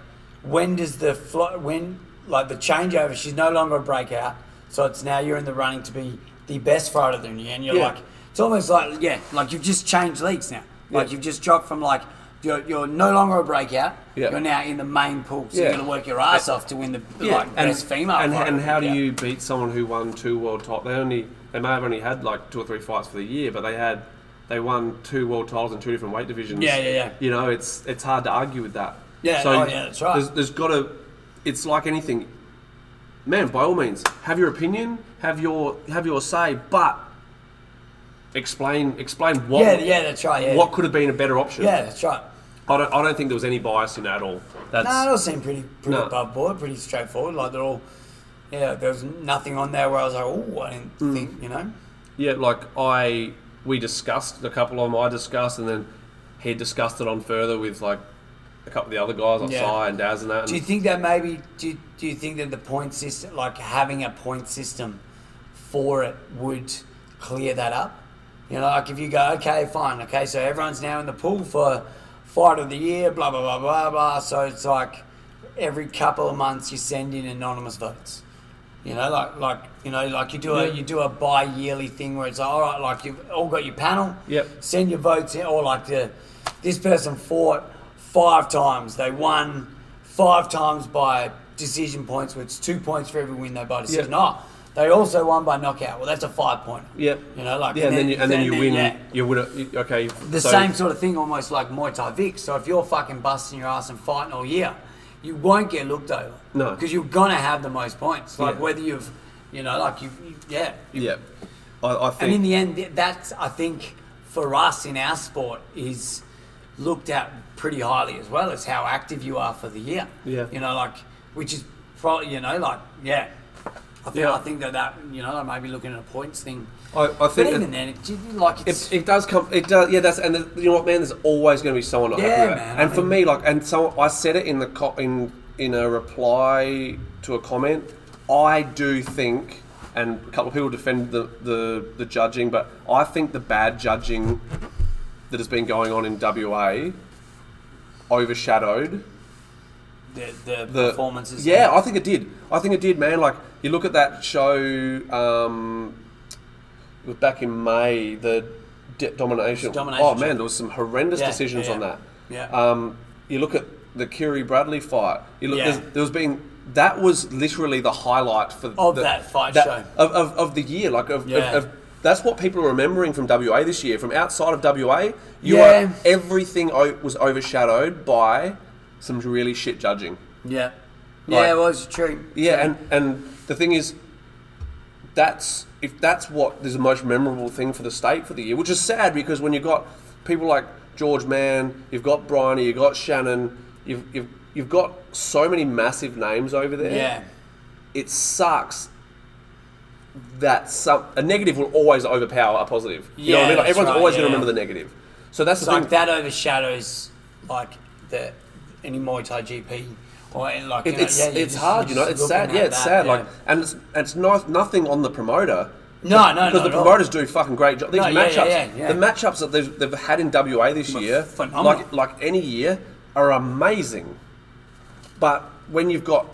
S1: when does the flo- when like the changeover? She's no longer a breakout, so it's now you're in the running to be the best fighter of the year, and you're
S2: Yeah.
S1: like it's almost like yeah, like you've just changed leagues now. Like
S2: Yeah.
S1: you've just dropped from like you're, you're no longer a breakout.
S2: Yeah.
S1: You're now in the main pool, so
S2: Yeah.
S1: you're gonna work your ass off to win the like best female.
S2: And,
S1: fighter
S2: and
S1: of the
S2: how do
S1: year.
S2: you beat someone who won two world titles? They only they may have only had like two or three fights for the year, but they had they won two world titles in two different weight divisions.
S1: Yeah, yeah, yeah.
S2: You know, it's it's hard to argue with that.
S1: Yeah, oh, yeah, that's right.
S2: There's, there's got to. It's like anything, man. By all means, have your opinion, have your have your say, but explain explain what
S1: Yeah, yeah, that's right. Yeah,
S2: what could have been a better option.
S1: yeah, that's right.
S2: I don't I don't think there was any bias in that at all. That's
S1: No, it all seemed pretty pretty
S2: No.
S1: above board, pretty straightforward. Like they're all, yeah. There was nothing on there where I was like, oh, I didn't
S2: Hmm.
S1: think, you know.
S2: Yeah, like I we discussed a couple of them. I discussed, and then he discussed it on further with like a couple of the other guys, like
S1: Yeah.
S2: Sai and Daz and that.
S1: Do you
S2: And
S1: think that maybe do you, do you think that the point system, like having a point system for it, would clear that up? You know, like if you go, okay, fine, okay, so everyone's now in the pool for fight of the year, blah blah blah blah blah. So it's like every couple of months you send in anonymous votes. You know, like like you know, like you do a
S2: Yeah.
S1: you do a bi-yearly thing where it's like, all right, like you've all got your panel.
S2: Yep.
S1: Send your votes in, or like the this person fought five times. They won five times by decision points, which is two points for every win they by decision.
S2: Yep.
S1: Oh, They also won by knockout. Well, that's a five pointer.
S2: Yep.
S1: You know, like
S2: yeah, and then, you, and then you win.
S1: yeah.
S2: You would have you- okay.
S1: The same sort of thing, almost like Muay Thai Vic. So if you're fucking busting your ass and fighting all year, you won't get looked over.
S2: No.
S1: Because you're gonna have the most points. Like
S2: Yeah.
S1: whether you've, you know, like you, you yeah.
S2: Yeah, I, I
S1: And in
S2: think.
S1: the end, th- that's I think for us in our sport is looked at pretty highly as well as how active you are for the year.
S2: Yeah.
S1: You know, like which is probably you know like yeah. I think
S2: Yeah.
S1: I think that that you know they may be looking at a points thing.
S2: I, I
S1: But
S2: think it-
S1: even then, it, like it's
S2: It, it does come. It does. Yeah, that's and the, you know what, man. There's always going to be someone not
S1: Yeah,
S2: happy with
S1: man,
S2: it. And
S1: I
S2: for
S1: mean-
S2: me, like, and so I said it in the co- in in a reply to a comment. I do think, and a couple of people defended the, the the judging, but I think the bad judging that has been going on in WA overshadowed
S1: the, the,
S2: the
S1: performances.
S2: Yeah, I think it did. I think it did, man. Like you look at that show. Um, it was back in May. The de- domination.
S1: Domination
S2: Oh
S1: show.
S2: man, there was some horrendous
S1: Yeah,
S2: decisions
S1: yeah,
S2: on that.
S1: yeah.
S2: Um, you look at the Kiri Bradley fight. You look.
S1: Yeah.
S2: there's There was being. That was literally the highlight for
S1: Of
S2: the-
S1: that fight show.
S2: of, of, of the year. Like of, of-
S1: Yeah.
S2: of, that's what people are remembering from WA this year. From outside of WA, you
S1: Yeah.
S2: are everything o- was overshadowed by some really shit judging.
S1: Yeah.
S2: Like-
S1: yeah, well, it's true.
S2: Yeah, and and the thing is, that's if that's what is the most memorable thing for the state for the year, which is sad because when you've got people like George Mann, you've got Bryony, you've got Shannon, you've you've you've got so many massive names over there.
S1: Yeah.
S2: it sucks. That some a negative will always overpower a positive. You know what I
S1: Yeah,
S2: mean? Like
S1: that's
S2: everyone's
S1: right,
S2: always
S1: yeah.
S2: going to remember the negative. So that's the
S1: It's like
S2: thing.
S1: that overshadows like the any Muay Thai GP or any, like you
S2: It-
S1: know,
S2: it's
S1: yeah, you're
S2: it's
S1: just-
S2: hard,
S1: you're
S2: you
S1: just
S2: know. It's
S1: looking
S2: sad.
S1: at
S2: Yeah, it's
S1: that,
S2: sad.
S1: yeah.
S2: Like, and it's, and it's no, nothing on the promoter.
S1: No, no, not
S2: because the
S1: at all.
S2: promoters do a fucking great job. These
S1: No, yeah,
S2: matchups,
S1: yeah, yeah, yeah.
S2: the matchups that they've, they've had in WA this year,
S1: phenomenal.
S2: like like any year, are amazing. But when you've got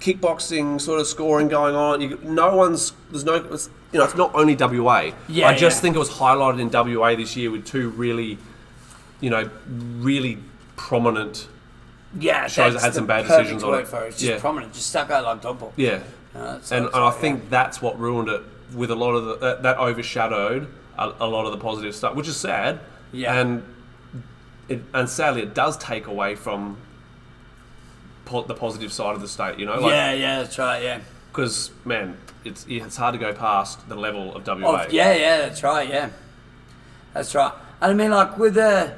S2: kickboxing sort of scoring going on, you, no one's there's no it's, you know it's not only WA.
S1: Yeah,
S2: I just
S1: yeah.
S2: think it was highlighted in WA this year with two really, you know, really prominent.
S1: yeah,
S2: shows
S1: that's
S2: that had some
S1: the
S2: bad
S1: perfect
S2: decisions on
S1: word
S2: it.
S1: For it. It's just
S2: Yeah.
S1: prominent, just stuck out like dog ball.
S2: Yeah.
S1: Uh, so
S2: and,
S1: it's
S2: and I
S1: like,
S2: think that's what ruined it with a lot of the, that, that overshadowed a, a lot of the positive stuff, which is sad.
S1: Yeah.
S2: And it, and sadly, it does take away from po- the positive side of the state. You know,
S1: yeah. yeah, yeah, that's right. Yeah,
S2: because man, it's it's hard to go past the level of
S1: Oh,
S2: WA.
S1: yeah, yeah, that's right. Yeah, that's right. And I mean, like with the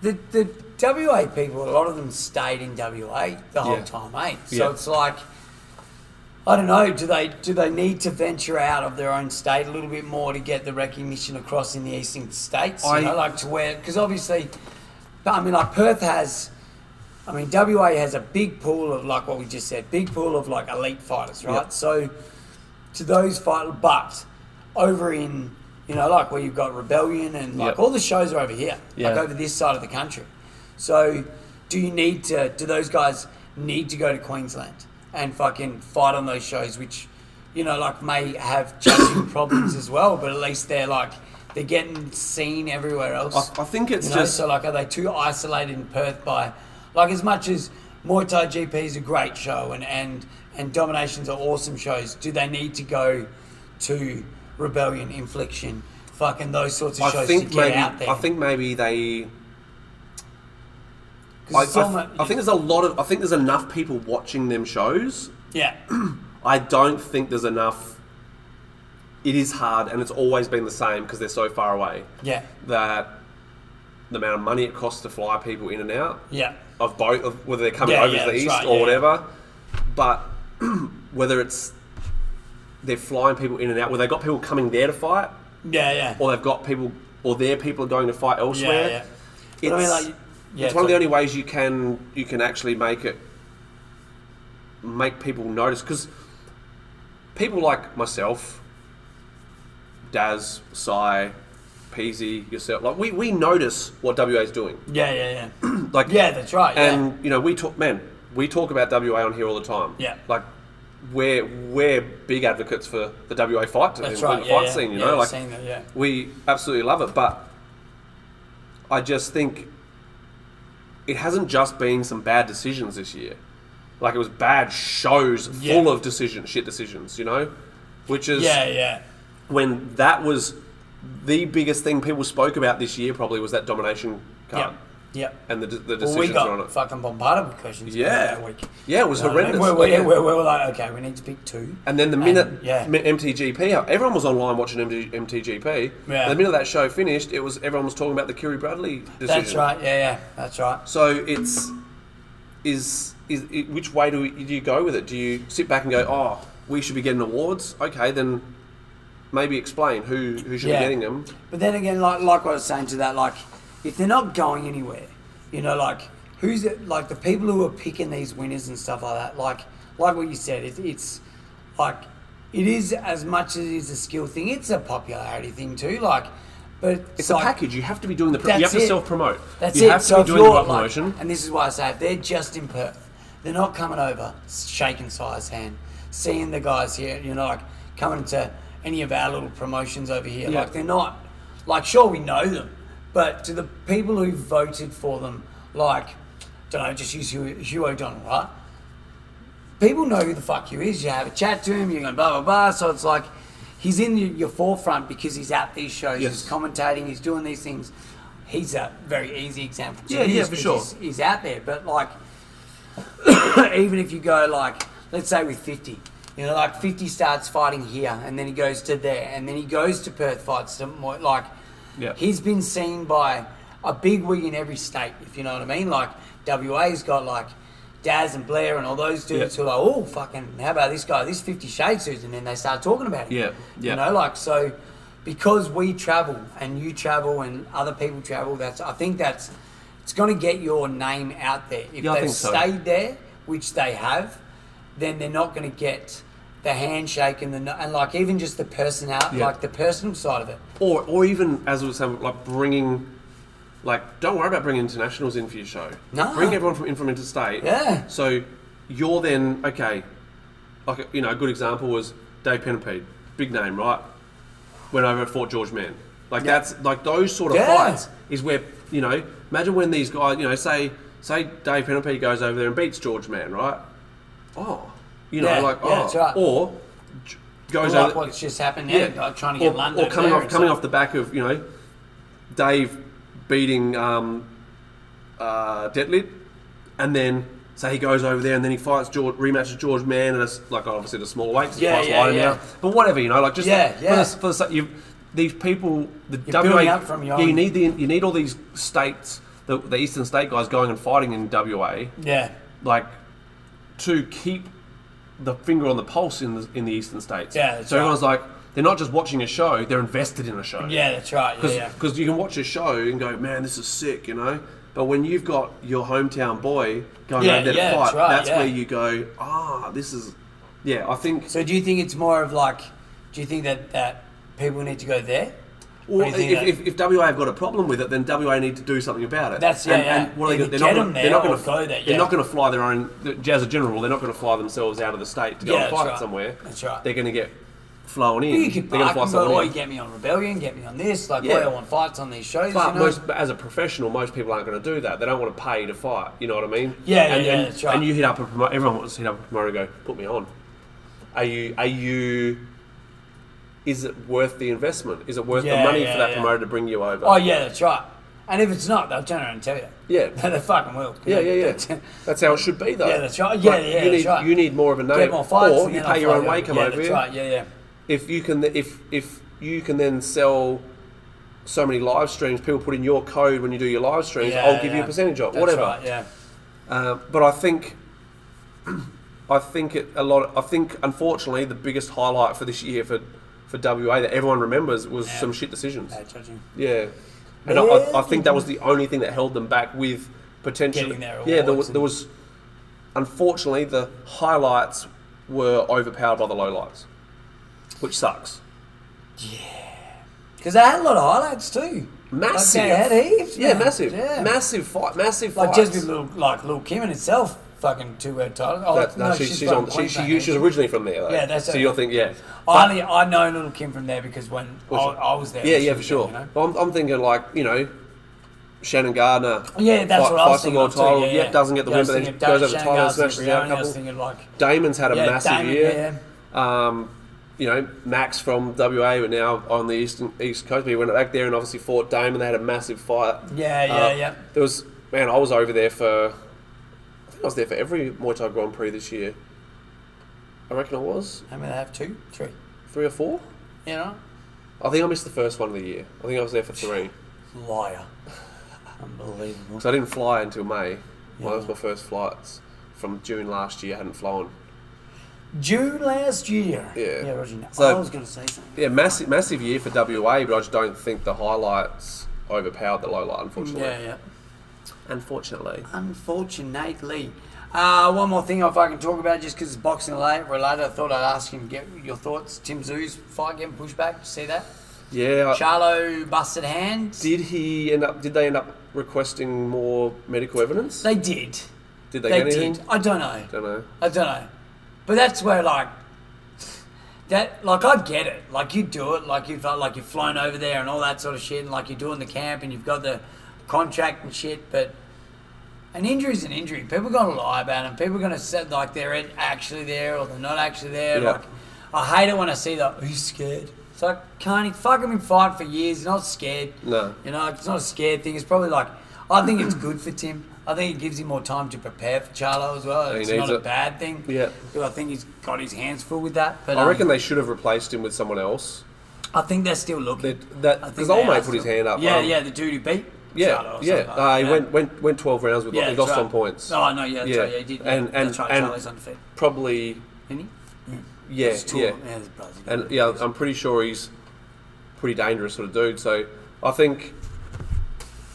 S1: the the WA people, a lot of them stayed in WA the whole
S2: Yeah.
S1: time, eh? So
S2: Yeah.
S1: it's like. I don't know. Do they do they need to venture out of their own state a little bit more to get the recognition across in the eastern states? You
S2: I-
S1: know, like to where because obviously, but I mean, like Perth has, I mean, WA has a big pool of like what we just said, big pool of like elite fighters, right?
S2: Yeah.
S1: So to those fighters, but over in you know like where you've got Rebellion and like
S2: Yeah.
S1: all the shows are over here,
S2: Yeah.
S1: like over this side of the country. So do you need to? Do those guys need to go to Queensland and fucking fight on those shows, which you know like may have judging problems as well, but at least they're like they're getting seen everywhere else.
S2: I, I think it's
S1: You know,
S2: just
S1: so like, are they too isolated in Perth by, like, as much as Muay Thai GP is a great show and and and Dominations are awesome shows. Do they need to go to Rebellion, Infliction, fucking those sorts of
S2: I
S1: shows
S2: think
S1: to get
S2: maybe
S1: out there?
S2: I think maybe they
S1: 'Cause
S2: I,
S1: it's
S2: I-
S1: almo-
S2: I think there's a lot of I think there's enough people watching them shows
S1: yeah,
S2: I don't think there's enough. It is hard, and it's always been the same because they're so far away.
S1: yeah,
S2: That the amount of money it costs to fly people in and out
S1: yeah,
S2: of both, of whether they're coming
S1: Yeah,
S2: over
S1: yeah,
S2: to the
S1: that's
S2: east
S1: right,
S2: or
S1: yeah.
S2: whatever, but whether it's they're flying people in and out, whether they've got people coming there to fight,
S1: yeah, yeah.
S2: or they've got people, or their people are going to fight
S1: yeah,
S2: elsewhere.
S1: yeah.
S2: It's,
S1: But I mean, like, yeah,
S2: it's one of the
S1: like-
S2: only ways you can you can actually make it make people notice because people like myself, Daz, Sai, Peasy, yourself, like we, we notice what WA is doing.
S1: yeah, yeah, yeah,
S2: Like
S1: yeah. That's right.
S2: and you know we talk man we talk about WA on here all the time.
S1: Yeah.
S2: like we're we're big advocates for the WA fight
S1: yeah. that's
S2: the
S1: right.
S2: fight
S1: Yeah, yeah.
S2: scene. You
S1: yeah,
S2: know, like
S1: seen that, yeah.
S2: we absolutely love it, but I just think it hasn't just been some bad decisions this year. Like it was bad shows
S4: Yeah.
S2: full of decisions, shit decisions, you know? Which is
S4: Yeah, yeah.
S2: when that was the biggest thing people spoke about this year probably was that domination card
S4: Yep. Yep.
S2: and the, the
S4: Well,
S2: decisions
S4: we
S2: on it.
S4: got fucking bombarded with questions.
S2: Yeah.
S4: that week.
S2: Yeah, it was
S4: You know what I mean?
S2: horrendous.
S4: We're, we're,
S2: Yeah.
S4: we're, we're like, okay, we need to pick two.
S2: And then the minute
S4: yeah.
S2: M- MTGP, out- everyone was online watching MT, MTGP.
S4: Yeah.
S2: The minute that show finished, it was everyone was talking about the Curie Bradley decision.
S4: That's right. Yeah, yeah. That's right.
S2: So it's is is it, which way do, we, do you go with it? Do you sit back and go, oh, we should be getting awards? Okay, then maybe explain who who should
S1: Yeah.
S2: be getting them.
S1: But then again, like like what I was saying to that, like if they're not going anywhere, you know, like who's it, like the people who are picking these winners and stuff like that, like like what you said, it's, it's like it is as much as it is a skill thing, it's a popularity thing too, like. But
S2: It's
S1: like,
S2: a package. You have to be doing the. Pro-
S1: That's
S2: you have to
S1: it.
S2: self promote.
S1: That's
S2: you
S1: it.
S2: have to
S1: so
S2: be
S1: if
S2: doing
S1: you're
S2: the right
S1: like-
S2: promotion.
S1: and this is why I say if they're just in Perth, they're not coming over shaking size hand, seeing the guys here, you know, like coming to any of our little promotions over here.
S2: Yeah.
S1: Like they're not like sure we know them, but to the people who voted for them, like don't know, just use Hugh, Hugh O'Donnell, right? people know who the fuck you is. You have a chat to him. You're going blah blah blah. So it's like he's in your, your forefront because he's at these shows.
S2: Yes.
S1: He's commentating. He's doing these things. He's a very easy example. to
S2: Yeah,
S1: use
S2: yeah, for
S1: 'cause
S2: sure.
S1: He's, he's out there, but like even if you go like let's say with 50 you know like 50 starts fighting here and then he goes to there and then he goes to perth fights to more like
S2: Yeah.
S1: he's been seen by a big wig in every state if you know what i mean like wa's got like Daz and Blair and all those dudes
S2: Yeah.
S1: who are like, oh fucking, how about this guy? This Fifty Shades dudes, and then they start talking about it.
S2: Yeah, yeah.
S1: You know, like so, because we travel and you travel and other people travel. That's I think that's it's going to get your name out there. If
S2: Yeah, I
S1: they've
S2: think so.
S1: stayed there, which they have, then they're not going to get the handshake and the no- and like even just the personality,
S2: Yeah.
S1: like the personal side of it.
S2: or or even as I was saying, like bringing, like don't worry about bringing internationals in for your show.
S1: No.
S2: bring everyone from in from interstate.
S1: Yeah.
S2: So you're then okay. Like you know, a good example was Dave Penipede, big name, right? Went over at Fort George Man. Like that's like those sort of
S1: Yeah.
S2: fights is where you know. Imagine when these guys, you know, say say Dave Penipede goes over there and beats George Man, right? Oh, you know,
S1: Yeah,
S2: like
S1: yeah,
S2: oh,
S1: that's right.
S2: or j- goes
S1: Like
S2: over
S1: what's just happened now, like trying to get
S2: or,
S1: London
S2: or coming
S1: there
S2: off
S1: and
S2: coming
S1: stuff.
S2: off the back of you know Dave beating um, uh, Detlid, and then say he goes over there and then he fights George rematches George Mann and it's like obviously the small weight,
S1: Yeah,
S2: yeah,
S1: yeah,
S2: lighter
S1: yeah.
S2: now, but whatever you know, like just
S1: Yeah,
S2: for
S1: yeah.
S2: the- for the sake- you've- these people the
S1: You're building up from your
S2: yeah, you
S1: own-
S2: need the you need all these states the, the eastern state guys going and fighting in WA
S4: Yeah.
S2: like to keep the finger on the pulse in the in the eastern states.
S4: Yeah, that's
S2: so
S4: right.
S2: everyone's like they're not just watching a show; they're invested in a show.
S4: Yeah, that's right. Yeah,
S2: because
S4: yeah.
S2: you can watch a show and go, "Man, this is sick," you know. But when you've got your hometown boy going
S4: Yeah,
S2: over there
S4: yeah,
S2: to fight,
S4: that's right, yeah.
S2: where you go, "Ah, this is." Yeah, I think.
S1: So do you think it's more of like, do you think that that people need to go there? Or
S2: Well,
S1: do you
S2: if,
S1: think that-
S2: if, if WA have got a problem with it, then WA need to do something about it.
S4: That's- yeah,
S2: And,
S4: yeah.
S2: and what are they
S4: Either
S2: gonna- they're
S4: get
S2: not gonna-
S4: them
S2: they're
S4: there
S2: not going
S4: or
S2: to
S4: go there, yeah.
S2: They're not going to fly their own. As a general, they're not going to fly themselves out of the state to go
S4: Yeah,
S2: and
S4: that's
S2: fight
S4: right.
S2: somewhere.
S4: That's right.
S2: They're going to get flown in.
S1: you could
S2: they're going
S1: bark
S2: to fly
S1: and go, oh,
S2: someone
S1: you
S2: in.
S1: get me on Rebellion, get me on this, like,
S2: Yeah.
S1: oh, I want fights on these shows,
S2: But
S1: you know?
S2: most, but as a professional, most people aren't going to do that. They don't want to pay to fight. You know what I mean?
S4: Yeah, yeah,
S2: and,
S4: yeah,
S2: and,
S4: that's right.
S2: And you hit up a promoter. Everyone wants to hit up a promoter and go, "Put me on." Are you? Are you? Is it worth the investment? Is it worth
S4: Yeah,
S2: the money
S4: yeah,
S2: for that
S4: yeah.
S2: promoter to bring you over?
S1: oh, yeah, that's right. And if it's not, they'll turn around and tell you.
S2: Yeah.
S1: they fucking will.
S2: Yeah, yeah, yeah. That's how it should be, though.
S1: Yeah, that's right. Yeah,
S2: Like,
S1: yeah,
S2: You
S1: that's
S2: need
S1: right.
S2: you need more of a name,
S1: Get more fights
S2: or
S1: and
S2: you
S1: then I'll
S2: pay your own
S1: fight
S2: way.
S1: you.
S2: Come
S1: yeah,
S2: over
S1: that's
S2: here.
S1: right, yeah, yeah.
S2: If you can, if if you can then sell so many live streams, people put in your code when you do your live streams.
S4: Yeah,
S2: I'll give you
S4: yeah.
S2: a percentage of
S4: That's
S2: whatever.
S4: right, yeah.
S2: Uh, but I think, I think it, a lot. I think unfortunately the biggest highlight for this year for for WA that everyone remembers was some shit decisions.
S1: Bad judging.
S2: Yeah, and I, I, I think that was the only thing that held them back with potentially.
S4: Getting their
S2: yeah, there
S4: awards
S2: was, there was. Unfortunately, the highlights were overpowered by the lowlights, which sucks.
S1: Because they had a lot of highlights, too.
S2: Massive,
S1: Like, they had heaps,
S2: yeah,
S1: man.
S2: massive,
S1: Yeah.
S2: massive fight, massive
S1: Like,
S2: fights.
S1: just with little, like, little Kim in itself, fucking two-word title. Oh,
S2: That- no,
S1: no,
S2: she-
S1: she's,
S2: she's
S1: from
S2: on. She, she,
S1: Queensland,
S2: she's
S1: isn't
S2: originally from there. Though.
S1: Yeah, that's
S2: so
S1: it.
S2: you're thinking, yeah.
S1: I, only, I know little Kim from there because when I,
S2: Awesome.
S1: I was there.
S2: Yeah,
S1: when she
S2: yeah, for
S1: was
S2: sure.
S1: there, you know?
S2: Well, I'm, I'm thinking like you know, Shannon Gardner.
S1: Yeah, that's
S2: fight-
S1: what I was
S2: fights the
S1: thinking.
S2: world
S1: of too,
S2: title.
S1: yeah,
S2: yet
S1: yeah.
S2: doesn't get the
S1: Yeah, I
S2: win,
S1: was
S2: but then
S1: thinking
S2: goes
S1: of
S2: over the
S1: Shane
S2: title
S1: Garson,
S2: snatches down
S1: Brioni,
S2: a
S1: I was
S2: couple.
S1: thinking like,
S2: Damon's had a
S1: yeah,
S2: massive
S1: Damon,
S2: year.
S1: yeah,
S2: Um, you know, Max from WA were now on the eastern east coast. But he went back there and obviously fought Damon. They had a massive fight.
S1: Yeah, yeah,
S2: Uh,
S1: yeah.
S2: There was man. I was over there for. I think I was there for every Muay Thai Grand Prix this year. I reckon I was
S1: How many they have? Two, three.
S2: three or four.
S1: You know,
S2: I think I missed the first one of the year. I think I was there for three.
S1: liar. Unbelievable.
S2: So I didn't fly until May. Well, that was my first flights from June last year. I hadn't flown.
S1: June last year.
S2: Yeah.
S1: Yeah, Roger. no,
S2: So-
S1: I was going to say something.
S2: Yeah, massive, massive year for WA, but I just don't think the highlights overpowered the low light, unfortunately.
S1: Yeah, yeah.
S2: Unfortunately.
S1: Unfortunately. Uh, one more thing if I can talk about just because it's boxing rela- related. I thought I'd ask him get your thoughts. Tim Zoo's fight getting pushed back. You see that?
S2: Yeah. I-
S1: Charlo busted hands.
S2: did he end up? Did they end up requesting more medical evidence?
S1: They did.
S2: Did
S1: They
S2: they, get anything?
S1: did. I don't know.
S2: Don't know.
S1: I don't know. But that's where like that like I get it. Like you do it, like you've like you've flown over there and all that sort of shit and like you're doing the camp and you've got the contract and shit, but an injury's an injury. People are gonna lie about them. People are gonna say like they're in- actually there or they're not actually there.
S2: Yeah.
S1: Like I hate it when I see that he's scared. It's like can't he fucking been fighting for years, he's not scared.
S2: No.
S1: You know, it's not a scared thing. It's probably like I think it's good for Tim. I think it gives him more time to prepare for Charlo as well.
S2: He
S1: It's
S2: needs
S1: not a
S2: it.
S1: bad thing.
S2: Yeah.
S1: But I think he's got his hands full with that. But
S2: I
S1: um,
S2: reckon they should have replaced him with someone else.
S1: I think they're still looking.
S2: That that
S1: I think
S2: because
S1: they
S2: old
S1: are
S2: mate put his
S1: still-
S2: hand up.
S1: Yeah,
S2: um,
S1: yeah, the dude who beat. Charlo
S2: Yeah,
S1: or
S2: yeah.
S1: something like
S2: Uh, he
S1: that.
S2: went went went twelve rounds with.
S1: Yeah,
S2: he lost
S1: that's
S2: on
S1: right.
S2: points.
S1: Oh no, yeah, that's right, yeah, he did.
S2: And and
S1: that's right,
S2: and
S1: Charlo's undefeated.
S2: probably
S1: Isn't he?
S2: yeah
S1: It's two
S2: yeah.
S1: of them. yeah his brother's
S2: And yeah, I'm pretty sure he's pretty dangerous sort of dude. So I think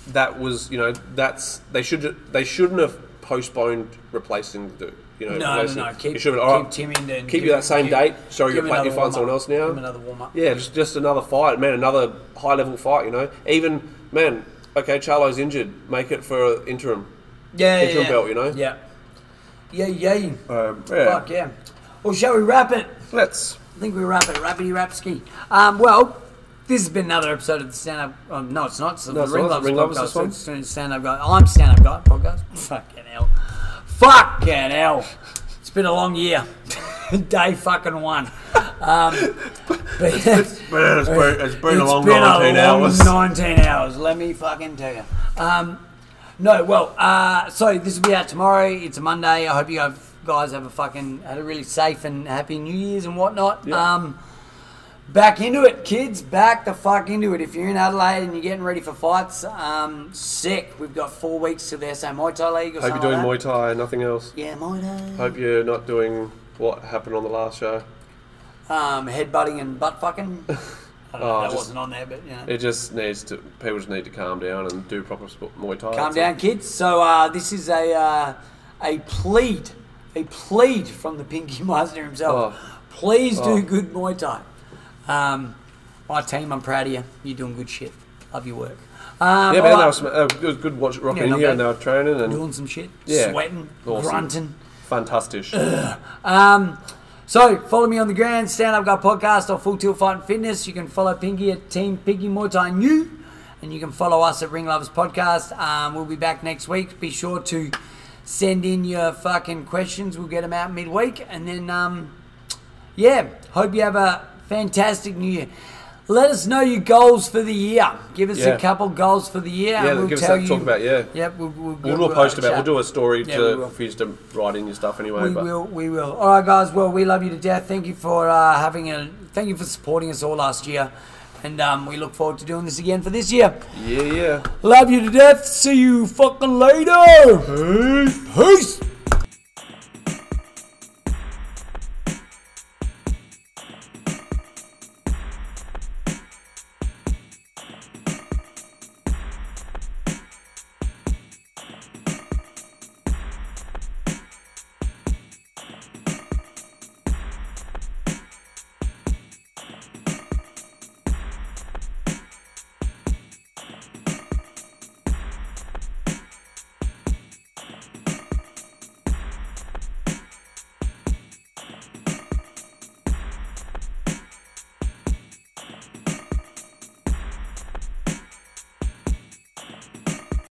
S2: that was you know that's they should they shouldn't have postponed replacing the dude. You know,
S1: No, no,
S2: replacing-
S1: no. Keep,
S2: you should have, all
S1: keep
S2: right,
S1: Tim in and
S2: keep
S1: give
S2: you
S1: him-
S2: that same
S1: give-
S2: date. Sorry,
S1: give
S2: you
S1: him
S2: play,
S1: another
S2: you find someone
S1: warm-up.
S2: else now.
S1: Give him another warm up.
S2: Yeah, just just another fight, man. Another high level fight. You know, even man. Okay, Charlo's injured. Make it for an interim.
S1: yeah, yeah,
S2: Interim
S1: yeah.
S2: belt, you know?
S1: Yeah, yeah, yeah.
S2: Um, yeah.
S1: Fuck yeah. Well, shall we wrap it?
S2: Let's.
S1: I think we wrap it. Rappity Rapski. Um, well, this has been another episode of the Stand Up. Um, no, it's not. It's the
S2: No, it's
S1: Ring
S2: not.
S1: Lovers
S2: Ring Lovers,
S1: podcast.
S2: this one.
S1: It's the Stand Up Guy. Oh, I'm Stand Up Guy podcast. Fucking hell. Fucking hell. It's been a long year. Day fucking one. Um, but
S2: Man, it's been, it's been
S1: it's been a long 19 hours, let me fucking tell you. Um, no, well, uh, so this will be out tomorrow. It's a Monday. I hope you have, guys have a fucking, had a really safe and happy New Year's and whatnot.
S2: Yeah.
S1: Um, back into it, kids. Back the fuck into it. If you're in Adelaide and you're getting ready for fights, um, sick. We've got four weeks to the SA Muay Thai League or
S2: Hope
S1: something
S2: you're doing
S1: like
S2: Muay Thai, nothing else.
S1: that. Yeah, Muay Thai.
S2: Hope you're not doing what happened on the last show.
S1: Um, headbutting and butt fucking. I don't know,
S2: Oh,
S1: that
S2: just-
S1: wasn't on there, but you know.
S2: It just needs to. People just need to calm down and do proper sp- Muay Thai.
S1: Calm
S2: That's
S1: down,
S2: it.
S1: kids. So uh, this is a uh, a plead, a plead from the Pinky Meister himself.
S2: Oh.
S1: Please do
S2: Oh.
S1: good Muay Thai. Um, my team, I'm proud of you. You're doing good shit. Love your work. Um,
S2: Yeah,
S1: all
S2: man,
S1: right.
S2: that was, uh, it was good watch rocking
S1: Yeah, not
S2: in here
S1: bad.
S2: and they were training and
S1: doing some shit,
S2: Yeah.
S1: sweating,
S2: Awesome.
S1: grunting.
S2: fantastic.
S1: Um, so follow me on the grand stand up guy podcast or Full Tilt Fight and Fitness. You can follow Pinky at Team Pinky Muay Thai New, and you can follow us at Ring Lovers Podcast. Um, we'll be back next week. Be sure to send in your fucking questions. We'll get them out midweek, and then um, yeah, hope you have a fantastic New Year. Let us know your goals for the year. Give us
S2: Yeah.
S1: a couple goals for the year.
S2: Yeah,
S1: and we'll
S2: give us
S1: tell
S2: that to
S1: you,
S2: talk about, yeah.
S1: Yep, we'll, we'll, uh,
S2: We'll do a post about. We'll
S1: chat.
S2: do a story
S1: Yeah, we
S2: to
S1: will.
S2: for you to write in your stuff anyway.
S1: We
S2: but
S1: will. We will. All right, guys. Well, we love you to death. Thank you for uh, having a. Thank you for supporting us all last year, and um, we look forward to doing this again for this year.
S2: yeah, yeah.
S1: Love you to death. See you fucking later. Peace.